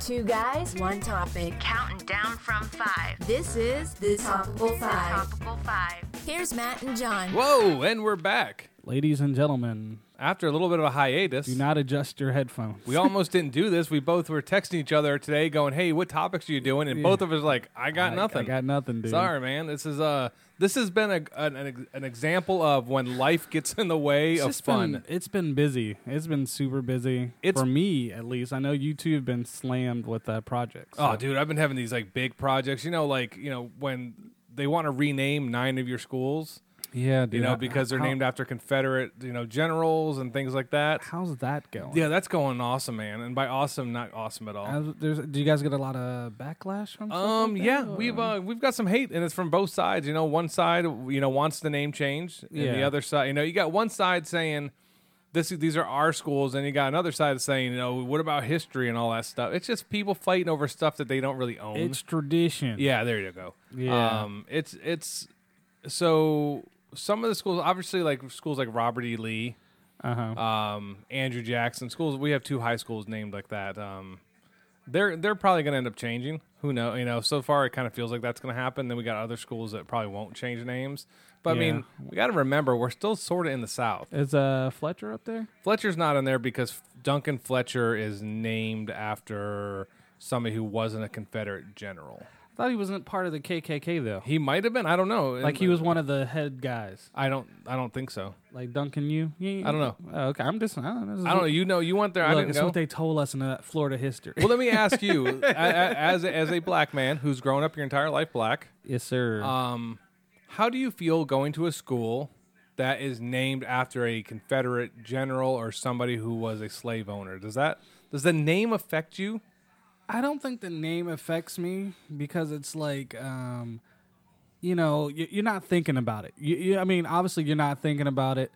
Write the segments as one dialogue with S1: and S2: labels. S1: Two guys, one topic.
S2: Counting down from five.
S1: This is the Topical Five.
S2: Topical five.
S1: Here's Matt and John.
S3: Whoa, and we're back.
S4: Ladies and gentlemen,
S3: After a little bit of a hiatus,
S4: do not adjust your headphones.
S3: we almost didn't do this. We both were texting each other today going, "Hey, what topics are you doing?" And both of us like, "I got
S4: I-
S3: nothing.
S4: I got nothing, dude.
S3: Sorry, man. This is uh this has been a, an, an ex- an example of when life gets in the way
S4: It's
S3: of
S4: just
S3: fun.
S4: been- it's been busy. It's been super busy
S3: It's-
S4: for me, at least. I know you two have been slammed with uh, projects.
S3: Oh,
S4: so-
S3: dude, I've been having these like big projects. You know, like you know when they want to rename nine of your schools,
S4: yeah, dude.
S3: you know,
S4: I-
S3: because they're
S4: how-
S3: named after Confederate you know generals and things like that.
S4: How's that going?
S3: Yeah, that's going awesome, man. And by awesome, not awesome at all.
S4: How's- there's, do you guys get a lot of backlash from? stuff
S3: Um.
S4: like that,
S3: Yeah,
S4: or-
S3: we've uh, we've got some hate, and it's from both sides. You know, one side, you know, wants the name changed, and the
S4: Yeah.
S3: other side, you know, you got one side saying this these are our schools, and you got another side saying, you know, what about history and all that stuff. It's just people fighting over stuff that they don't really own.
S4: It's tradition.
S3: yeah, there you go.
S4: Yeah.
S3: Um. It's it's so some of the schools, obviously, like schools like Robert E. Lee,
S4: Uh huh.
S3: um, Andrew Jackson schools. We have two high schools named like that. Um, they're they're probably going to end up changing. Who know? You know, so far it kind of feels like that's going to happen. Then we got other schools that probably won't change names. But I
S4: Yeah.
S3: mean, we got to remember we're still sort of in the South.
S4: Is uh Fletcher up there?
S3: Fletcher's not in there because Duncan Fletcher is named after somebody who wasn't a Confederate general.
S4: I thought he wasn't part of the KKK though.
S3: He might have been. I don't know.
S4: Like he was one of the head guys,
S3: I don't. I don't think so.
S4: like Duncan. You? Oh,
S3: I don't know.
S4: okay, I'm just. I don't know. This is
S3: I don't know. You know. You went there.
S4: Look,
S3: I didn't
S4: it's
S3: go.
S4: what they told us in uh, Florida history.
S3: well, let me ask you, a- a- as a- as a black man who's grown up your entire life black,
S4: yes, sir.
S3: Um, how do you feel going to a school that is named after a Confederate general or somebody who was a slave owner? Does that does the name affect you?
S4: I don't think the name affects me because it's like, um, you know, you, you're not thinking about it. You, you, I mean, obviously, you're not thinking about it.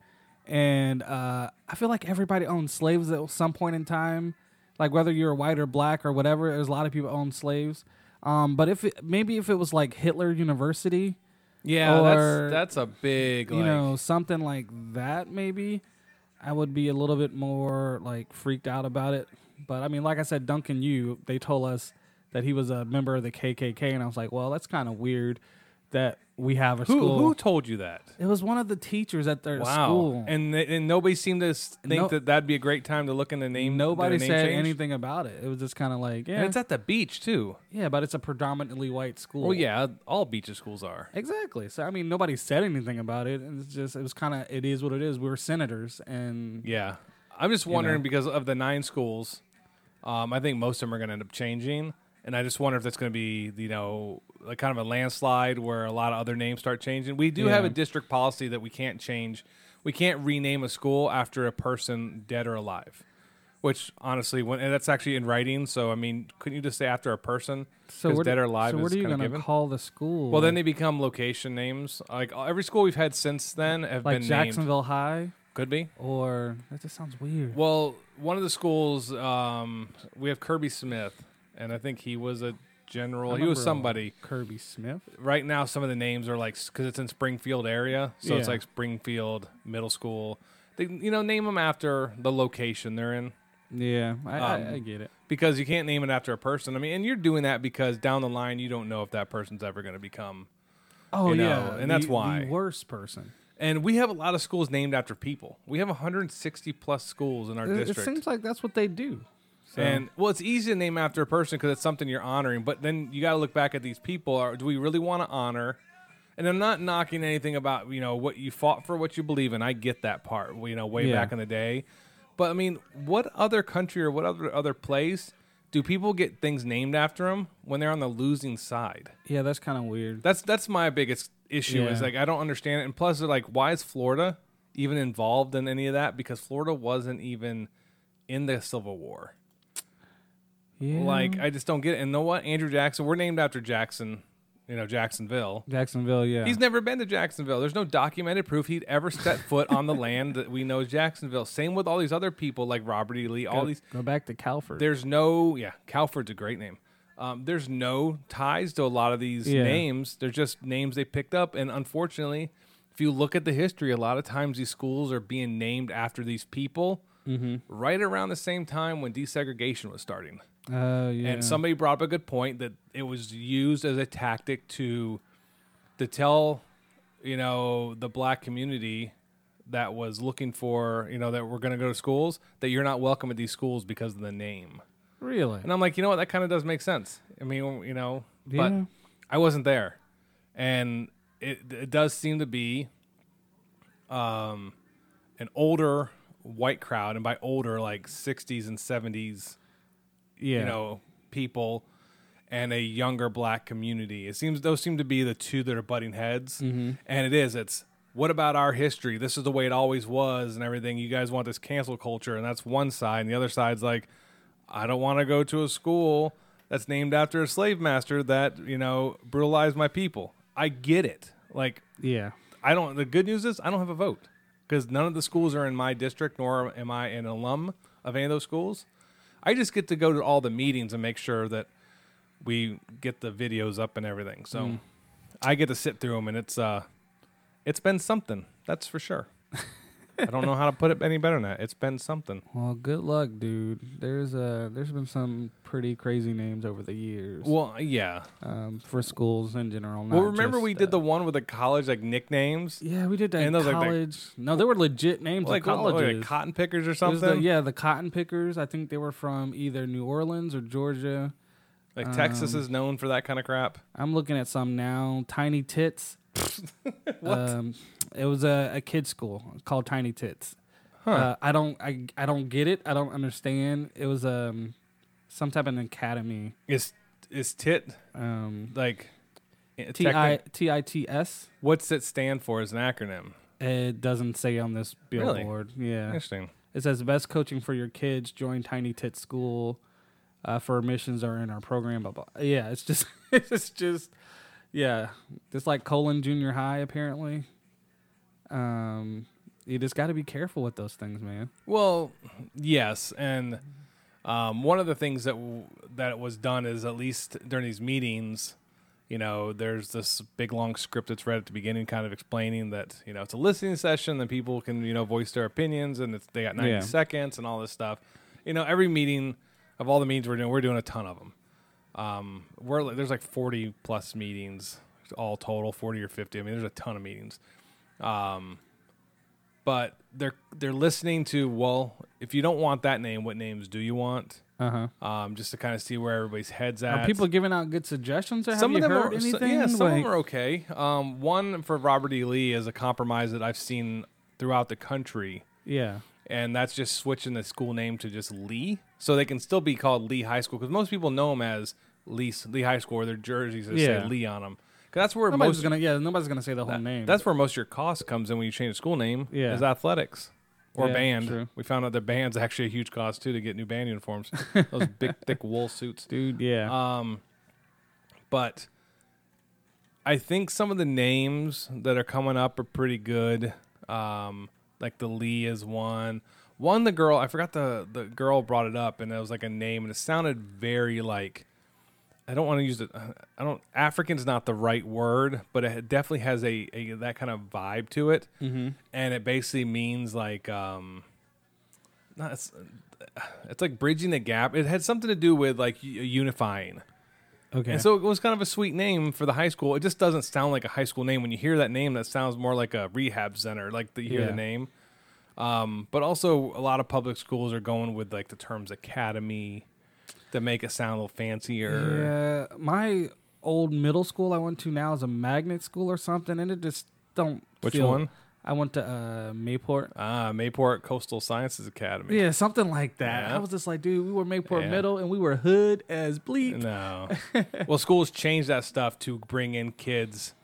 S4: And uh, I feel like everybody owned slaves at some point in time. Like whether you're white or black or whatever, there's a lot of people own slaves. Um, but if it, maybe if it was like Hitler University,
S3: Yeah,
S4: Or-
S3: Oh, that's that's a big
S4: you
S3: like,
S4: know, something like that, maybe I would be a little bit more like freaked out about it. But I mean, like I said, Duncan, you they told us that he was a member of the KKK, and I was like, well, that's kind of weird that we have a
S3: who
S4: school.
S3: who told you that?
S4: It was one of the teachers at their
S3: Wow,
S4: school,
S3: and th- and nobody seemed to s- think
S4: No-
S3: that that'd be a great time to look in the name.
S4: nobody
S3: the name
S4: said
S3: change.
S4: anything about it. It was just kind of like, yeah,
S3: And it's at the beach too.
S4: yeah, but it's a predominantly white school.
S3: Well, yeah, all beaches schools are.
S4: Exactly. So I mean, nobody said anything about it. and It's just it was kind of it is what it is. We were senators, and
S3: Yeah. I'm just wondering because of the nine schools, um, I think most of them are going to end up changing. And I just wonder if that's going to be, you know, like kind of a landslide where a lot of other names start changing. We do have a
S4: Yeah.
S3: district policy that we can't change, we can't rename a school after a person dead or alive. Which honestly, when and that's actually in writing. So I mean, couldn't you just say after a person?
S4: so
S3: Because
S4: what-
S3: dead or alive
S4: So what
S3: is
S4: are you
S3: kinda
S4: gonna
S3: given.
S4: call the school?
S3: Well, then they become location names. Like every school we've had since then have
S4: like
S3: been named.
S4: Jacksonville High
S3: Could be.
S4: or that just sounds weird.
S3: Well, one of the schools, um, we have Kirby Smith, and I think he was a general.
S4: I
S3: He was
S4: remember uh,
S3: somebody.
S4: Kirby Smith.
S3: Right now, some of the names are like because it's in Springfield area, so it's
S4: Yeah.
S3: like Springfield Middle School. They, you know, name them after the location they're in
S4: Yeah, I,
S3: Um,
S4: I, I get it.
S3: because you can't name it after a person. I mean, and you're doing that because down the line you don't know if that person's ever going to become.
S4: Oh
S3: know,
S4: yeah,
S3: and that's
S4: the-
S3: why.
S4: the worst person.
S3: And we have a lot of schools named after people. We have 160 plus schools in our
S4: It, it
S3: district.
S4: seems like that's what they do. So,
S3: And well, it's easy to name after a person because it's something you're honoring. But then you got to look back at these people. Are, do we really want to honor? And I'm not knocking anything about you know what you fought for, what you believe in. I get that part. You know, way
S4: Yeah.
S3: back in the day. But I mean, what other country or what other other place do people get things named after them when they're on the losing side?
S4: yeah, that's kind of weird.
S3: That's that's my biggest issue is
S4: Yeah.
S3: like I don't understand it. And plus, they're like, why is Florida even involved in any of that? Because Florida wasn't even in the Civil War.
S4: yeah,
S3: Like I just don't get it. And know what? Andrew Jackson. We're named after Jackson. You know Jacksonville.
S4: Jacksonville. Yeah,
S3: He's never been to Jacksonville. There's no documented proof he'd ever set foot on the land that we know as Jacksonville. Same with all these other people like Robert E. Lee. All
S4: go,
S3: these.
S4: go back to Calford.
S3: There's no. Yeah, Calford's a great name. Um, there's no ties to a lot of these
S4: Yeah.
S3: names. They're just names they picked up. And unfortunately, if you look at the history, a lot of times these schools are being named after these people
S4: Mm-hmm.
S3: right around the same time when desegregation was starting.
S4: Oh yeah.
S3: And somebody brought up a good point that it was used as a tactic to to tell, you know, the black community that was looking for, you know, that we're going to go to schools that you're not welcome at these schools because of the name.
S4: really.
S3: And I'm like, you know what? That kind of does make sense. I mean, you know, but
S4: Yeah.
S3: I wasn't there, and it it does seem to be, um, an older white crowd, and by older, like 60s and 70s,
S4: yeah.
S3: you know, people, and a younger black community. It seems those seem to be the two that are butting heads, and it is. It's what about our history? This is the way it always was, and everything. You guys want this cancel culture, and that's one side, and the other side's like, I don't want to go to a school that's named after a slave master that you know brutalized my people. I get it. Like
S4: Yeah.
S3: I don't. The good news is I don't have a vote because none of the schools are in my district, nor am I an alum of any of those schools. I just get to go to all the meetings and make sure that we get the videos up and everything. So I get to sit through them, and it's uh, it's been something. That's for sure. I don't know how to put it any better than that. It's been something.
S4: Well, good luck, dude. There's uh there's been some pretty crazy names over the years.
S3: Well, yeah.
S4: um, for schools in general.
S3: Well,
S4: not
S3: remember
S4: just,
S3: we
S4: uh,
S3: did the one with the college like nicknames,
S4: Yeah, we did that
S3: And
S4: in
S3: those, like, the-
S4: college. no, they were legit names
S3: like,
S4: of
S3: what- like,
S4: colleges.
S3: cotton pickers or
S4: It was
S3: something.
S4: the- yeah, the cotton pickers. I think they were from either New Orleans or Georgia.
S3: Like Texas is known for that kind of crap.
S4: I'm looking at some now. Tiny Tits. what? Um, it was a, a kid's school called Tiny Tits. Uh, I don't I, I don't get it. I don't understand. It was um some type of an academy.
S3: Is is tit
S4: Um,
S3: like eh,
S4: T I
S3: techni-
S4: T I T S.
S3: what's it stand for as an acronym?
S4: It doesn't say on this
S3: Really?
S4: billboard. Yeah.
S3: Interesting.
S4: It says best coaching for your kids. Join Tiny Tit School. Uh, for admissions are in our program. Blah blah. Yeah, it's just it's just yeah. It's like colon junior high apparently. Um, you just got to be careful with those things, man.
S3: Well, yes, and um, one of the things that w- that was done is at least during these meetings, you know, there's this big long script that's read at the beginning, kind of explaining that you know it's a listening session, and people can you know voice their opinions, and it's, they got 90
S4: Yeah.
S3: seconds and all this stuff. You know, every meeting of all the meetings we're doing, we're doing a ton of them. Um, we're like- there's like 40 plus meetings all total, 40 or 50. I mean, there's a ton of meetings. but they're they're listening to well if you don't want that name what names do you want
S4: Uh
S3: um, just to kind of see where everybody's heads
S4: huh.
S3: at
S4: Are people giving out good suggestions? Or
S3: some
S4: have
S3: of
S4: you
S3: them
S4: heard
S3: are so-
S4: anything?
S3: yeah some of
S4: Like-
S3: them are okay um, one for robert e lee is a compromise that i've seen throughout the country
S4: yeah.
S3: and that's just switching the school name to just lee so they can still be called lee high school because most people know them as lee, lee high school or their jerseys that
S4: Yeah.
S3: say lee on them because that's where
S4: Nobody's
S3: most
S4: gonna yeah. Nobody's gonna say the whole name.
S3: that's where most of your cost comes in when you change a school name.
S4: Yeah.
S3: Is athletics or
S4: Yeah,
S3: band.
S4: true.
S3: We found out that band's actually a huge cost too to get new band uniforms. Those big thick wool suits.
S4: dude. Yeah.
S3: Uh, But I think some of the names that are coming up are pretty good. Um, like the Lee is one. One the girl I forgot the the girl brought it up and it was like a name and it sounded very like I don't want to use it. I don't. African's not the right word, but it definitely has a, a that kind of vibe to it, mm-hmm. and it basically means like um, not, it's, it's like bridging the gap. It had something to do with like u- unifying.
S4: okay.
S3: And so it was kind of a sweet name for the high school. It just doesn't sound like a high school name. When you hear that name, that sounds more like a rehab center, like the, you hear
S4: Yeah.
S3: the name. Um, but also, a lot of public schools are going with like the terms academy to make it sound a little fancier.
S4: Yeah, my old middle school I went to now is a magnet school or something, and it just don't.
S3: Which
S4: feel-
S3: one?
S4: I went to uh, Mayport.
S3: Ah, Mayport Coastal Sciences Academy.
S4: Yeah, something like that.
S3: Yeah.
S4: I was just like, dude, we were Mayport
S3: Yeah.
S4: Middle, and we were hood as bleak.
S3: No. well, schools change that stuff to bring in kids.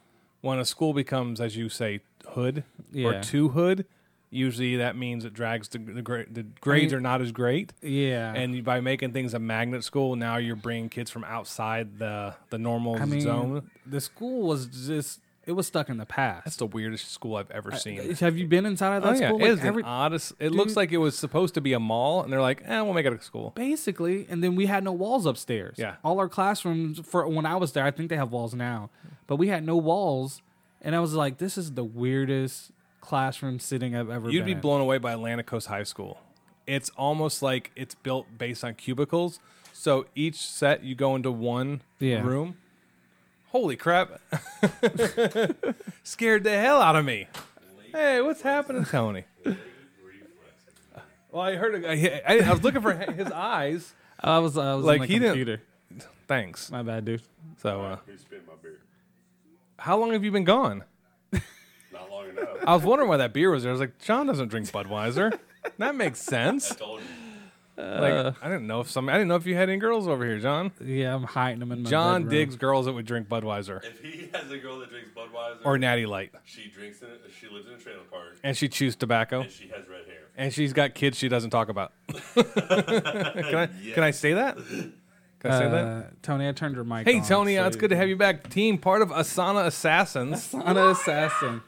S3: When a school becomes, as you say, hood
S4: Yeah.
S3: or too hood, usually that means it drags the, the, gra- the grades are not as great.
S4: Yeah,
S3: And by making things a magnet school, now you're bringing kids from outside the the normal
S4: I mean,
S3: zone.
S4: the school was just it was stuck in the
S3: That's
S4: past.
S3: the weirdest school I've ever seen.
S4: Have you been inside of that
S3: oh yeah,
S4: school?
S3: it
S4: Like,
S3: is
S4: every-
S3: an oddest. It looks
S4: Dude.
S3: like it was supposed to be a mall, and they're like, "Eh, we'll make it a school."
S4: basically and then we had no walls upstairs
S3: Yeah.
S4: all our classrooms for when i was there i think they have walls now but we had no walls and i was like this is the weirdest classroom sitting i've ever
S3: You'd
S4: been
S3: be
S4: in.
S3: blown away by Atlantic Coast High School. it's almost like it's built based on cubicles. So each set you go into one
S4: Yeah.
S3: room. Holy crap! Scared the hell out of me. Hey, what's happening, Tony? Well, I heard. A, I, I, I was looking for his eyes.
S4: I was I was
S3: Like,
S4: on the
S3: he didn't-
S4: computer.
S3: Thanks.
S4: My bad, dude.
S3: So, uh,
S5: He spit my beer.
S3: how long have you been gone?
S5: Not long enough.
S3: I was wondering why that beer was there. I was like, John doesn't drink Budweiser. that makes sense.
S5: Told you.
S3: Like, I didn't know if some. I didn't know if you had any girls over here, John.
S4: Yeah, I'm hiding them in my
S3: John
S4: bedroom.
S3: digs girls that would drink Budweiser
S5: If he has a girl that drinks Budweiser,
S3: or Natty Light,
S5: she drinks in a, she lives in a trailer park,
S3: and she chews tobacco,
S5: and she has red hair.
S3: and she's got kids she doesn't talk about. can I? Can I say that? Can I say that?
S4: Uh, Tony, I turned your mic.
S3: Hey,
S4: on,
S3: Tony,
S4: so
S3: it's good to have you back. Team part of Asana Assassins.
S4: I'm an assassin.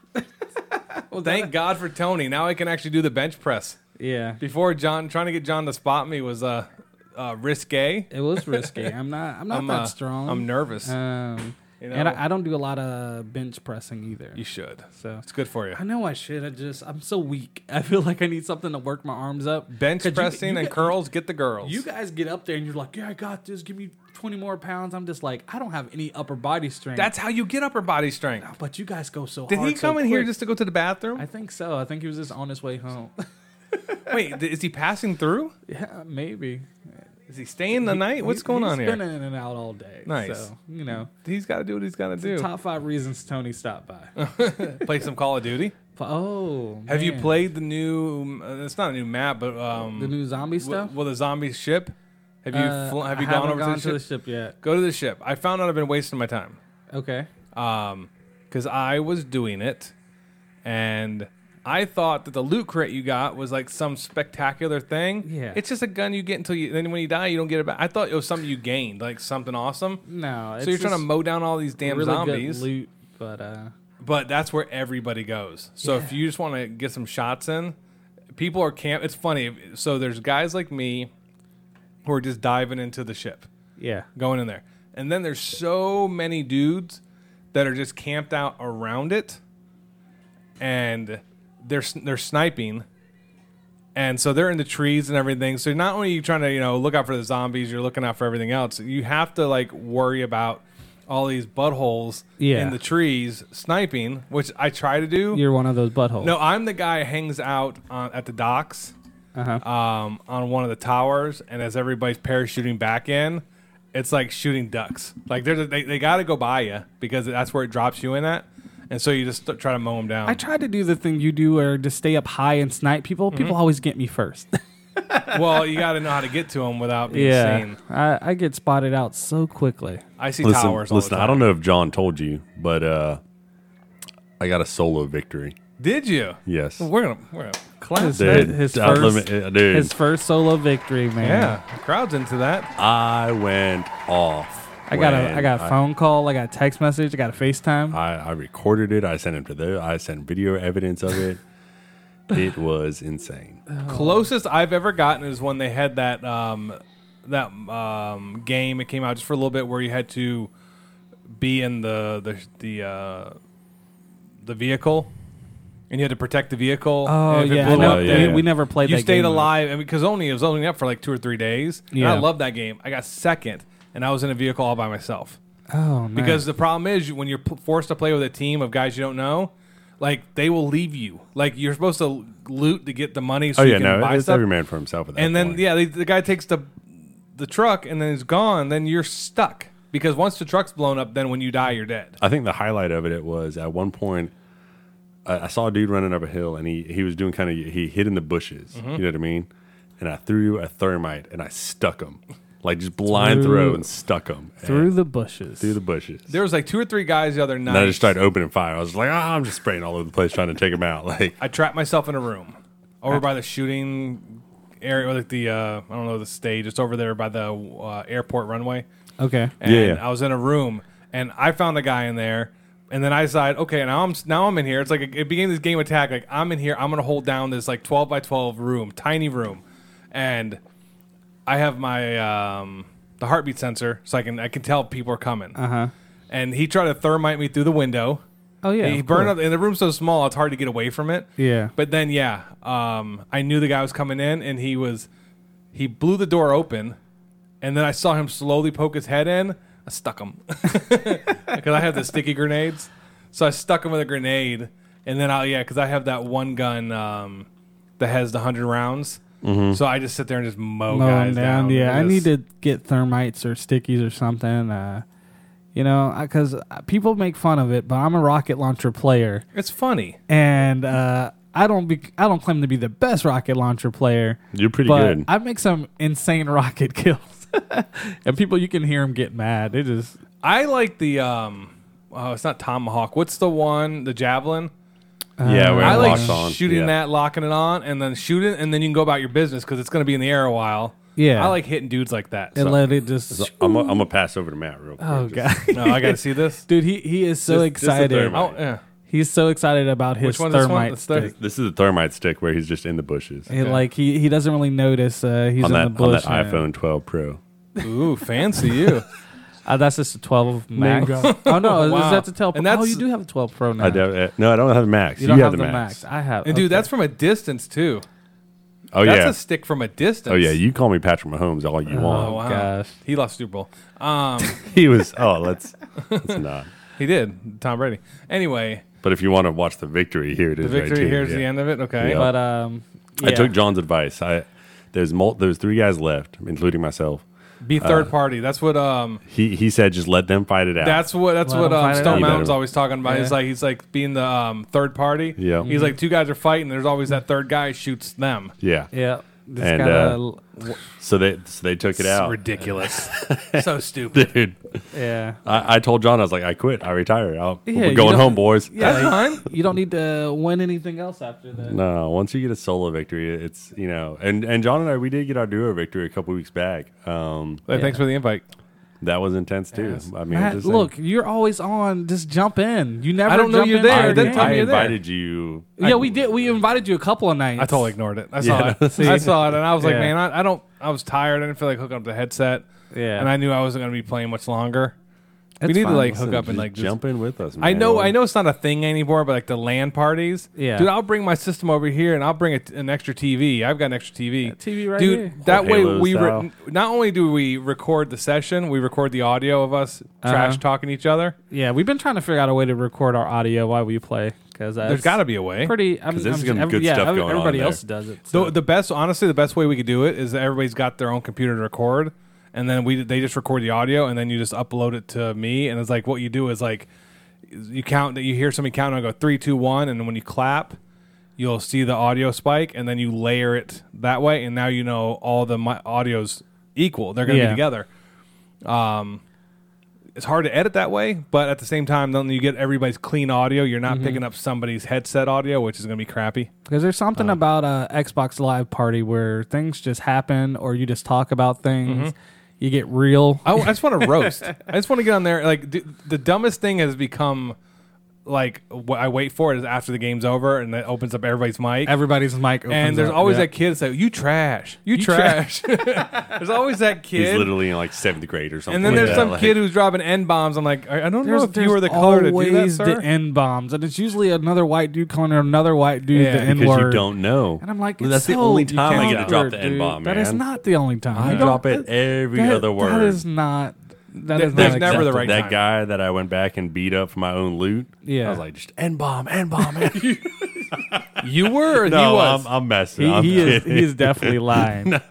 S3: Thank God for Tony. Now I can actually do the bench press.
S4: Yeah,
S3: Before John, trying to get John to spot me was uh, uh risque.
S4: it was risky. I'm not. I'm not
S3: I'm
S4: that
S3: uh,
S4: strong.
S3: I'm nervous.
S4: Um,
S3: You
S4: and
S3: know-
S4: I, I don't do a lot of bench pressing either.
S3: you should.
S4: So-
S3: it's good for you.
S4: I know I should. I just I'm so weak. I feel like I need something to work my arms up.
S3: Bench
S4: 'Cause you-
S3: pressing
S4: you
S3: and
S4: gu-
S3: curls get the girls.
S4: You guys get up there and you're like, yeah, I got this. Give me 20 more pounds. I'm just like, I don't have any upper body strength.
S3: That's how you get upper body strength.
S4: but you guys go so.
S3: Did
S4: hard
S3: he
S4: so
S3: come in here
S4: quick.
S3: just to go to the bathroom?
S4: I think so. I think he was just on his way home.
S3: Wait, th- is he passing through?
S4: yeah, maybe.
S3: Is he staying the night? What's
S4: He-
S3: going
S4: he's
S3: on here?
S4: Been in and out all day.
S3: Nice.
S4: So, you know,
S3: He's got to do what he's got to do.
S4: top five reasons Tony stopped by.
S3: Play some Call of Duty.
S4: oh,
S3: Have you
S4: man.
S3: played the new? Uh, it's not a new map, but um,
S4: the new zombie
S3: w-
S4: stuff?
S3: well, the zombie ship. Have you
S4: Uh,
S3: fl- have
S4: I
S3: you gone
S4: haven't
S3: over
S4: gone
S3: to the ship?
S4: ship yet?
S3: Go to the ship. I found out I've been wasting my time.
S4: Okay.
S3: um because i was doing it and i thought that the loot crate you got was like some spectacular thing
S4: Yeah.
S3: it's just a gun you get until you then when you die you don't get it back i thought it was something you gained like something awesome
S4: No. It's
S3: so you're trying to
S4: just
S3: mow down all these damn
S4: really
S3: zombies
S4: Good loot, but uh,
S3: but that's where everybody goes so if you just want to get some shots in people are camp it's funny so there's guys like me who are just diving into the ship
S4: yeah.
S3: going in there. And then there's so many dudes that are just camped out around it, and they're s- they're sniping, and so they're in the trees and everything. So not only are you trying to you know look out for the zombies, you're looking out for everything else. You have to like worry about all these buttholes
S4: Yeah.
S3: in the trees sniping, which I try to do.
S4: You're one of those buttholes.
S3: no, I'm the guy who hangs out on, at the docks
S4: Uh-huh.
S3: um, on one of the towers, and as everybody's parachuting back in, it's like shooting ducks. Like there's a, they they got to go by you because that's where it drops you in at, and so you just st- try to mow them down.
S4: I tried to do the thing you do, or just stay up high and snipe people. People always get me first.
S3: well, you got to know how to get to them without being seen.
S4: I, I get spotted out so quickly.
S3: I see
S5: Listen,
S3: towers. All
S5: listen.
S3: the time.
S5: I don't know if John told you, but uh, I got a solo victory.
S3: Did you?
S5: Yes,
S3: We're gonna we're gonna clap.
S4: His,
S5: dude.
S4: his
S5: I,
S4: first,
S5: limit- uh, dude,
S4: his first solo victory, man.
S3: Yeah, the crowd's into that.
S5: I went off.
S4: I got
S5: when
S4: a I got a phone call. I got a text message. I got a FaceTime.
S5: I, I recorded it. I sent him to the. I sent video evidence of it. it was insane.
S4: Uh-huh.
S3: Closest I've ever gotten is when they had that um that um game. It came out just for a little bit where you had to be in the the the uh, the vehicle. And you had to protect the vehicle.
S4: oh
S3: and if it
S4: yeah, I
S3: blew
S4: know.
S3: up,
S5: Oh,
S3: then
S5: yeah.
S4: We, we never played.
S3: you
S4: that
S3: stayed
S4: game.
S3: alive, and because only it was only up for like two or three days. And
S4: Yeah.
S3: I love that game. I got second, and I was in a vehicle all by myself.
S4: Oh man.
S3: Because the problem is you- when you're p- forced to play with a team of guys you don't know, like they will leave you. Like you're supposed to loot to get the money. So
S5: Oh
S3: you
S5: yeah, no,
S3: can buy
S5: it's
S3: stuff.
S5: every man for himself. At that
S3: And then
S5: point.
S3: yeah, the, the guy takes the the truck and then it's gone. Then you're stuck because once the truck's blown up, then when you die, you're dead.
S5: I think the highlight of it, it was at one point I, I saw a dude running up a hill and he he was doing kind of he hid in the bushes.
S4: Mm-hmm.
S5: You know what I mean? And I threw a thermite and I stuck him like just blind
S4: Through-
S5: throw and stuck him
S4: through the bushes.
S5: through the bushes.
S3: There was like two or three guys the other night.
S5: and I just started opening fire. I was like, ah, I'm just spraying all over the place trying to take him out. Like
S3: I trapped myself in a room over by the shooting area, or like the uh, I don't know the stage. It's over there by the uh, airport runway.
S4: okay.
S3: And
S5: Yeah, yeah.
S3: I was in a room, and I found a guy in there, and then I decided, okay, now I'm now I'm in here. It's like it became this game attack. Like I'm in here. I'm gonna hold down this like 12 by 12 room, tiny room, and I have my um, the heartbeat sensor, so I can I can tell people are coming. Uh huh. And he tried to thermite me through the window.
S4: Uh-huh. Oh, yeah,
S3: he
S4: of
S3: burned up,
S4: course.
S3: and the room's so small, it's hard to get away from it.
S4: Yeah.
S3: But then, yeah, um, I knew the guy was coming in, and he was, he blew the door open, and then I saw him slowly poke his head in. I stuck him because I have the sticky grenades, so I stuck him with a grenade, and then I yeah, because I have that one gun um, that has the hundred rounds.
S5: Mm-hmm.
S3: So I just sit there and just
S5: Oh,
S3: mow,
S4: Mow 'em
S3: guys down.
S4: down. Yeah, I
S3: Just-
S4: need to get thermites or stickies or something. Uh, you know, because people make fun of it, but I'm a rocket launcher player,
S3: It's funny.
S4: and uh, I don't be I don't claim to be the best rocket launcher player.
S5: You're pretty
S4: but
S5: good.
S4: I make some insane rocket kills, and people you can hear them get mad. It is
S3: I like the um oh it's not tomahawk. What's the one? The javelin.
S5: yeah,
S4: uh,
S5: we're
S3: I like
S5: locked on.
S3: shooting
S5: yeah.
S3: that, locking it on, and then shooting, and then you can go about your business because it's going to be in the air a while.
S4: Yeah.
S3: I like hitting dudes like that.
S4: and
S3: so-
S4: let it just.
S5: So I'm gonna I'm gonna pass over to Matt real quick.
S4: oh
S5: Just-
S4: god,
S3: no, I got to see this.
S4: dude, he he is so
S5: Just- just the
S4: excited.
S5: thermite.
S3: Oh yeah,
S4: He's so excited about his
S3: which one? This one.
S4: thermite
S3: This third.
S4: stick.
S5: This is the thermite stick where he's just in the bushes
S4: It, like he, he doesn't really notice uh, he's
S5: on
S4: in
S5: that
S4: the bush.
S5: on that iPhone
S4: and-
S5: 12 Pro.
S3: Ooh, fancy you.
S4: Uh, that's just a 12 Max.
S3: drop.
S4: oh no,
S3: Wow.
S4: that's a 12.
S3: And
S4: And that's, oh,
S3: that's-
S4: you do have a 12 Pro now.
S5: I don't, uh, no, I don't have the Max.
S4: You don't
S5: have,
S4: have, the Max. I have.
S3: And dude,
S4: okay.
S3: that's from a distance too.
S5: Oh
S3: That's
S5: yeah.
S3: a stick from a distance.
S5: Oh yeah. You call me Patrick Mahomes all you
S3: Oh,
S5: want.
S3: wow.
S4: gosh.
S3: He lost Super Bowl. Um,
S5: He was. Oh, let's. let's not.
S3: he did. Tom Brady. Anyway,
S5: But if you want to watch the victory, here it is.
S3: the victory.
S5: Right here.
S3: here's
S5: yeah.
S3: the end of it. Okay.
S5: Yeah.
S4: But um, yeah.
S5: I took John's advice. I there's mul- there's three guys left, including myself.
S3: Be
S5: Uh,
S3: third party. That's what. Um,
S5: He he said just let them fight it out.
S3: That's what that's
S4: Let
S3: what
S4: them
S3: um,
S4: fight it
S3: Stone
S5: out.
S3: Mountain's
S5: Yeah.
S3: always talking about. He's
S4: Yeah.
S3: like he's like being the um, third party.
S5: Yeah.
S3: He's like two guys are fighting. There's always that third guy shoots them.
S5: yeah.
S4: yeah. This
S5: And,
S4: gotta,
S5: uh,
S4: l-
S5: So they so they took it
S3: It's
S5: out,
S3: ridiculous. so stupid.
S5: dude.
S4: yeah.
S5: I, I told John I was like I quit. I retire. I'll,
S4: Yeah,
S5: we're
S4: you
S5: going
S4: don't-
S5: home, boys.
S3: That's fine.
S4: You don't need to win anything else after that.
S5: No, once you get a solo victory, it's you know, and and John and I we did get our duo victory a couple weeks back. Um,
S3: Hey, Thanks for the invite.
S5: that was intense too. I mean,
S4: Matt,
S5: just saying.
S4: look, you're always on. Just jump in. You never.
S3: I don't know
S4: jump
S3: you're
S4: in
S3: there.
S5: I,
S4: for
S3: That
S4: games.
S3: time
S5: I
S3: you're there.
S5: invited you.
S4: yeah, we did. We invited you a couple of nights.
S3: I totally ignored it. I saw it. I saw it, and I was like,
S4: Yeah.
S3: man, I, I don't. I was tired. I didn't feel like hooking up the headset.
S4: Yeah.
S3: And I knew I wasn't going to be playing much longer. we
S4: It's
S3: need
S4: fine.
S3: to like
S5: Listen,
S3: hook up and
S5: just
S3: like just
S5: jump in with us. Man.
S3: I know, I know, it's not a thing anymore. But like the LAN parties,
S4: Yeah.
S3: dude. I'll bring my system over here, and I'll bring a t an extra TV. I've got an extra TV,
S4: TV right
S3: dude.
S4: here.
S5: Whole
S3: That way,
S5: Halo
S3: we re-
S5: style.
S3: not only do we record the session, we record the audio of us trash talking each other.
S4: Yeah, we've been trying to figure out a way to record our audio while we play because
S3: There's got to be a way.
S4: pretty. I'm,
S5: 'Cause there's
S4: I'm-
S5: gonna be
S4: every-
S5: good
S4: yeah,
S5: stuff
S4: every-
S5: going on
S4: Everybody
S5: there.
S4: else does it. so-
S3: the, the best, honestly, the best way we could do it is that everybody's got their own computer to record, and then we they just record the audio, and then you just upload it to me. And it's like what you do is like you count that you hear somebody count, and I go three, two, one, and when you clap, you'll see the audio spike, and then you layer it that way, and now you know all the mi- audios equal; they're going to
S4: Yeah.
S3: be together. Um. It's hard to edit that way, but at the same time, then you get everybody's clean audio. You're
S4: Mm-hmm.
S3: not picking up somebody's headset audio, which is going to be crappy.
S4: Because there's something
S5: Oh.
S4: about a Xbox Live party where things just happen, or you just talk about things.
S5: Mm-hmm.
S4: You get real.
S5: Oh.
S3: I, I just want to roast. I just want to get on there. Like d- the dumbest thing has become, like what I wait for it is after the game's over and it opens up everybody's mic.
S4: Everybody's mic opens
S3: and there's
S4: up,
S3: always
S4: yeah.
S3: that kid that's like, "You trash, you, trash." there's always that kid.
S5: He's literally in like seventh grade or something.
S3: and then
S5: like
S3: there's
S5: that,
S3: some
S5: like-
S3: kid who's dropping n bombs. I'm like, I, I don't know if you were the color to do that,
S4: always
S3: sir.
S4: the n bombs, and it's usually another white dude calling another white dude
S3: Yeah.
S4: the n
S5: because you
S4: word.
S5: don't know.
S4: And I'm like,
S5: Well, that's
S4: it's
S5: the
S4: so
S5: only time I
S4: awkward,
S5: get to drop the
S4: dude.
S5: n bomb, man.
S4: That is not the only time.
S5: I
S4: You
S5: drop
S4: don't-
S5: it every
S4: that-
S5: other word.
S4: That is not. That
S3: There-
S4: is
S3: there's
S4: not
S3: never the
S5: that,
S3: right
S5: that
S3: time.
S5: guy that I went back and beat up for my own loot.
S4: Yeah.
S5: I was like, just n bomb, n bomb. no,
S3: you were. or he was.
S5: I'm, I'm messing.
S4: He,
S5: I'm
S4: he is
S5: kidding.
S4: he is definitely lying.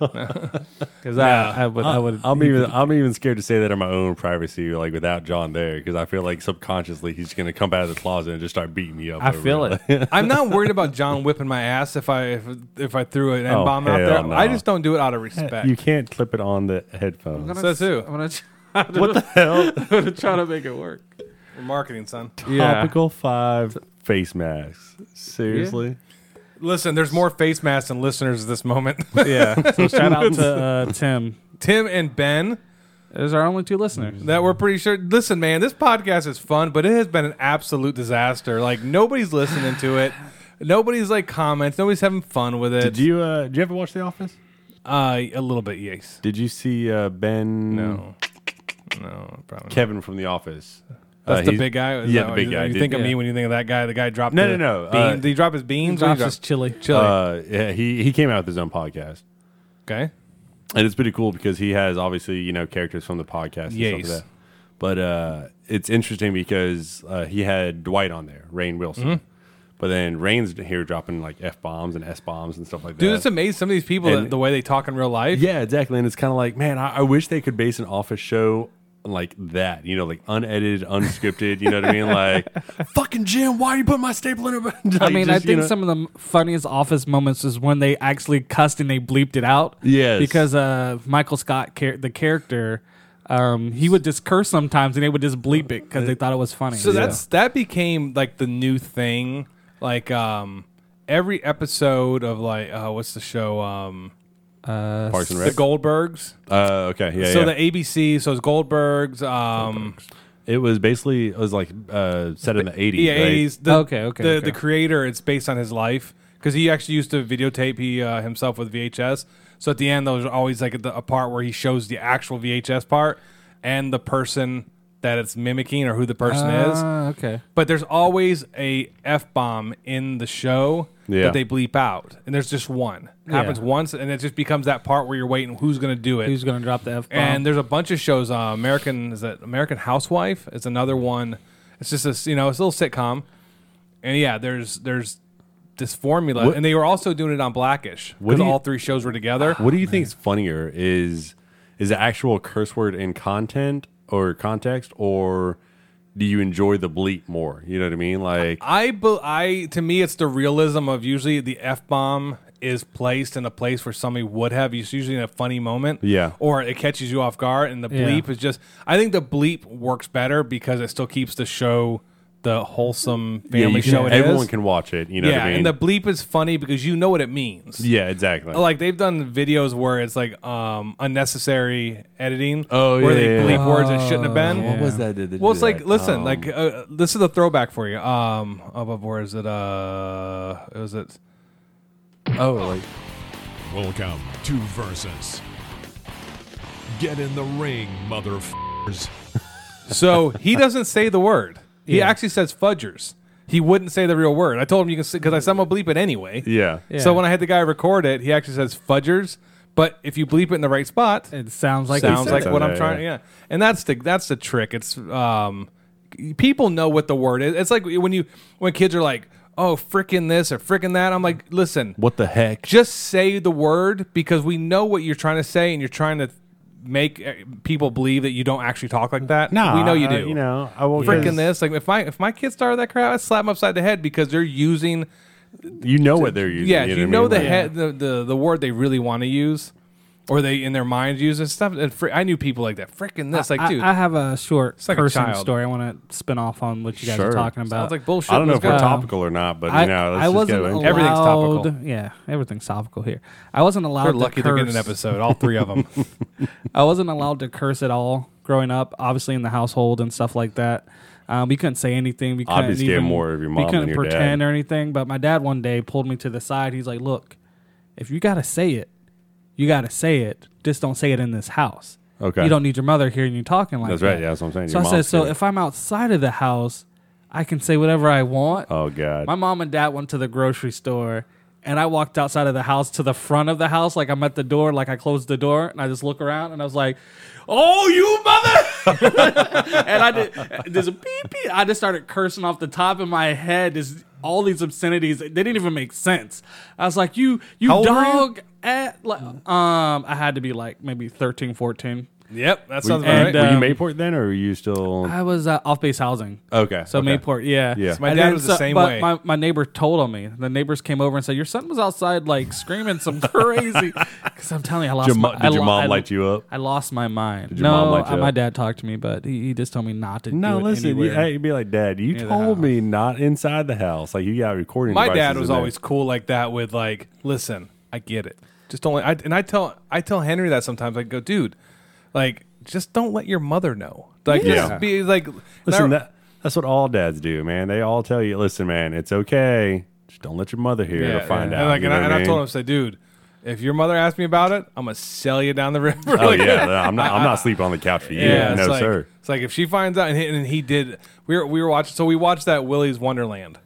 S4: Because I, I would I would
S5: I'm even I'm even scared to say that in my own privacy, like without John there, because I feel like subconsciously he's gonna come out of the closet and just start beating me up.
S4: I
S5: over
S4: feel it.
S3: I'm not worried about John whipping my ass if I if, if I threw an n bomb out
S5: Oh, hell
S3: there.
S5: no.
S3: I just don't do it out of respect.
S5: You can't clip it on the headphones.
S3: Says who?
S4: I'm gonna try to, what the hell? I'm gonna try to make it work.
S3: We're marketing, son.
S5: Topical five face masks. Seriously,
S3: Listen, there's more face masks than listeners at this moment.
S4: yeah. So shout out to uh, Tim.
S3: Tim and Ben
S4: Those are our only two listeners.
S3: that we're pretty sure. Listen, man, this podcast is fun, but it has been an absolute disaster. Like nobody's listening to it. Nobody's like comments. Nobody's having fun with it.
S5: did you uh, did you ever watch The Office?
S3: Uh, a little bit, yes.
S5: Did you see uh, Ben?
S3: No, no, probably.
S5: Kevin from The Office.
S3: That's
S5: Uh,
S3: the
S5: he's-
S3: big guy. Is
S5: yeah,
S3: that
S5: the
S3: what
S5: big
S3: you-
S5: guy,
S3: You
S5: dude.
S3: think of
S5: Yeah.
S3: me when you think of that guy. The guy dropped.
S5: No,
S3: the
S5: no, no,
S3: Bean,
S5: uh,
S3: did he drop his beans? or he
S4: Drops
S3: dropped-
S4: his chili.
S3: chili.
S5: Uh, yeah, he he came out with his own podcast,
S3: okay.
S5: and it's pretty cool because he has obviously you know characters from the podcast. And stuff like
S3: Yes.
S5: that. But uh, it's interesting because uh, he had Dwight on there, Rain Wilson.
S3: Mm-hmm.
S5: But then Rain's here dropping like f bombs and s bombs and stuff like that.
S3: Dude, it's amazing some of these people that,
S5: uh, And-
S3: the way they talk in real life.
S5: Yeah, exactly. And it's kind of like, man, I, I wish they could base an office show like that, you know, like unedited, unscripted. You know what I mean? Like, fucking Jim, why are you putting my staple in? Her? Like,
S4: I mean, I
S5: just, you
S4: think
S5: know.
S4: some of the m- funniest office moments is when they actually cussed and they bleeped it out.
S5: Yes.
S4: Because uh, Michael Scott, char- the character, um, he would just curse sometimes and they would just bleep it because they thought it was funny.
S3: So that's that became like the new thing. Like um, every episode of like uh, what's the show? Um,
S4: Uh,
S5: Parks and
S3: the
S5: Rec.
S3: Goldbergs.
S5: uh, okay, yeah.
S3: so
S5: yeah.
S3: the ABC. So it's Goldbergs. Um,
S5: it was basically it was like uh, set in the eighties.
S3: yeah,
S5: right?
S3: 80s. The,
S4: Okay, okay,
S3: The,
S4: okay.
S3: the creator, it's based on his life because he actually used to videotape he uh, himself with VHS. So at the end, there was always like a, a part where he shows the actual VHS part and the person that it's mimicking or who the person is.
S4: Ah, okay.
S3: but there's always a f bomb in the show
S5: Yeah.
S3: that they bleep out, and there's just one. happens
S4: Yeah.
S3: once, and it just becomes that part where you're waiting who's going to do it.
S4: Who's going to drop the F bomb?
S3: and there's a bunch of shows. Uh, American is that American Housewife is another one. It's just this, you know, it's a little sitcom, and yeah, there's there's this formula,
S5: What-
S3: and they were also doing it on Blackish
S5: What
S3: because
S5: do you-
S3: all three shows were together.
S5: What do you think is funnier? Is is the actual curse word in content or context, or do you enjoy the bleep more? You know what I mean? Like,
S3: I, bel I, to me, it's the realism of usually the f bomb is placed in a place where somebody would have. It's usually in a funny moment,
S5: Yeah.
S3: or it catches you off guard, and the
S4: Yeah.
S3: bleep is just. I think the bleep works better because it still keeps the show the wholesome
S5: yeah,
S3: family
S5: you can-
S3: show. it
S5: everyone
S3: is.
S5: can watch it. You know
S3: yeah,
S5: what I mean?
S3: and the bleep is funny because you know what it means.
S5: yeah, exactly.
S3: Like they've done videos where it's like um unnecessary editing.
S5: Oh,
S3: where
S5: yeah,
S3: they
S5: yeah,
S3: bleep
S5: yeah.
S3: words that shouldn't have been.
S5: What was that? Did
S3: Well, it's like listen, like uh, this is a throwback for you. Um, above where is it? Uh, is it?
S5: oh, like
S6: Welcome to Versus. Get in the ring, motherfuckers.
S3: So he doesn't say the word. He
S4: Yeah.
S3: actually says fudgers. He wouldn't say the real word. I told him you can because I somehow bleep it anyway.
S5: yeah,
S3: So
S4: Yeah.
S3: when I had the guy record it, he actually says fudgers. But if you bleep it in the right spot,
S4: it sounds like
S3: sounds
S5: said
S3: like
S5: that.
S3: what I'm
S5: Yeah,
S3: trying. Yeah. and that's the that's the trick. It's um, people know what the word is. It's like when you when kids are like, oh, frickin' this or frickin' that. I'm like, listen,
S5: what the heck?
S3: just say the word because we know what you're trying to say and you're trying to make uh, people believe that you don't actually talk like that.
S5: Nah,
S3: we know you
S5: uh,
S3: do.
S5: you know, I will-
S3: freaking
S5: 'cause-
S3: this. Like if my if my kids started that crap, I would slap them upside the head because they're using.
S5: you know what they're using.
S3: Yeah, if you know
S5: what I
S3: the
S5: mean?
S3: head the, the the word they really want to use, or they in their minds use and stuff. And fr- I knew people like that. Freaking this, like
S4: I,
S3: dude,
S4: I have a short
S3: like a
S4: person
S3: child.
S4: story I want to spin off on what you guys
S5: Sure.
S4: are talking about.
S3: sounds like bullshit.
S5: I don't know
S3: Let's
S5: if we're
S3: go.
S5: topical or not, but you know, let's
S4: I
S5: just
S4: wasn't
S5: go into
S4: allowed.
S5: it.
S3: Everything's topical.
S4: Yeah, everything's topical here. I wasn't allowed.
S3: We're
S4: to
S3: lucky to
S4: curse.
S3: get an episode, all three of them.
S4: I wasn't allowed to curse at all growing up. Obviously, in the household and stuff like that, um, we couldn't say anything. We couldn't
S5: Obviously,
S4: even,
S5: more of your mom
S4: We
S5: than
S4: couldn't
S5: your dad.
S4: pretend or anything. But my dad one day pulled me to the side. He's like, "Look, if you gotta say it, you gotta say it. Just don't say it in this house.
S5: Okay.
S4: You don't need your mother hearing you talking like
S5: That's
S4: that.
S5: right. Yeah, that's what I'm saying.
S4: So
S5: Your
S4: I said,
S5: mom's
S4: so
S5: good.
S4: if I'm outside of the house, I can say whatever I want.
S5: Oh god.
S4: My mom and dad went to the grocery store, and I walked outside of the house to the front of the house, like I'm at the door, like I closed the door, and I just look around, and I was like, "Oh, you mother!" and I did there's a beep beep. I just started cursing off the top of my head. Is all these obscenities? They didn't even make sense. I was like, "You, you
S3: How old were you?
S4: dog." At, like, um, I had to be like maybe 13, 14.
S3: yep, that sounds about right.
S4: and, uh,
S5: were you
S4: um,
S5: Mayport then, or were you still?
S4: I was uh, off base housing.
S5: okay.
S4: So
S5: okay.
S4: Mayport, yeah.
S5: Yeah. So my
S4: And
S3: dad
S4: then
S3: was the same
S4: but
S3: way.
S4: My, my neighbor told on me. The neighbors came over and said, Your son was outside like screaming some crazy. Because I'm telling you, I lost
S5: Did your,
S4: my
S5: mo- did your
S4: I, lo-
S5: mom
S4: I-
S5: light you up?
S4: I lost my mind.
S5: your mom
S4: no,
S5: light you
S4: uh, my
S5: up?
S4: dad talked to me, but he, he just told me not to
S5: No,
S4: do it
S5: listen. You,
S4: anywhere.
S5: hey, you'd be like, Dad, you
S4: Near the
S5: told
S4: house.
S5: me not inside the house. Like you got recording.
S3: my
S5: devices
S3: dad was
S5: in there.
S3: always cool like that with like listen i get it just don't let- I, and i tell i tell henry that sometimes i go dude like just don't let your mother know like
S5: Yeah.
S3: just be like
S5: Listen,
S3: and I-
S5: that, that's what all dads do, man. They all tell you, listen, man, it's okay. Just don't let your mother hear
S3: yeah,
S5: to find
S3: yeah.
S5: out.
S3: and, like,
S5: you
S3: and,
S5: know
S3: I,
S5: what
S3: and I
S5: mean?
S3: told him i said dude If your mother asks me about it, I'm gonna sell you down the river.
S5: Oh
S3: Like,
S5: yeah, no, I'm not. I'm not sleeping on the couch for you.
S3: yeah,
S5: no
S3: it's like,
S5: sir.
S3: It's like if she finds out, and he, and he did. We were we were watching. So we watched that Willy's Wonderland.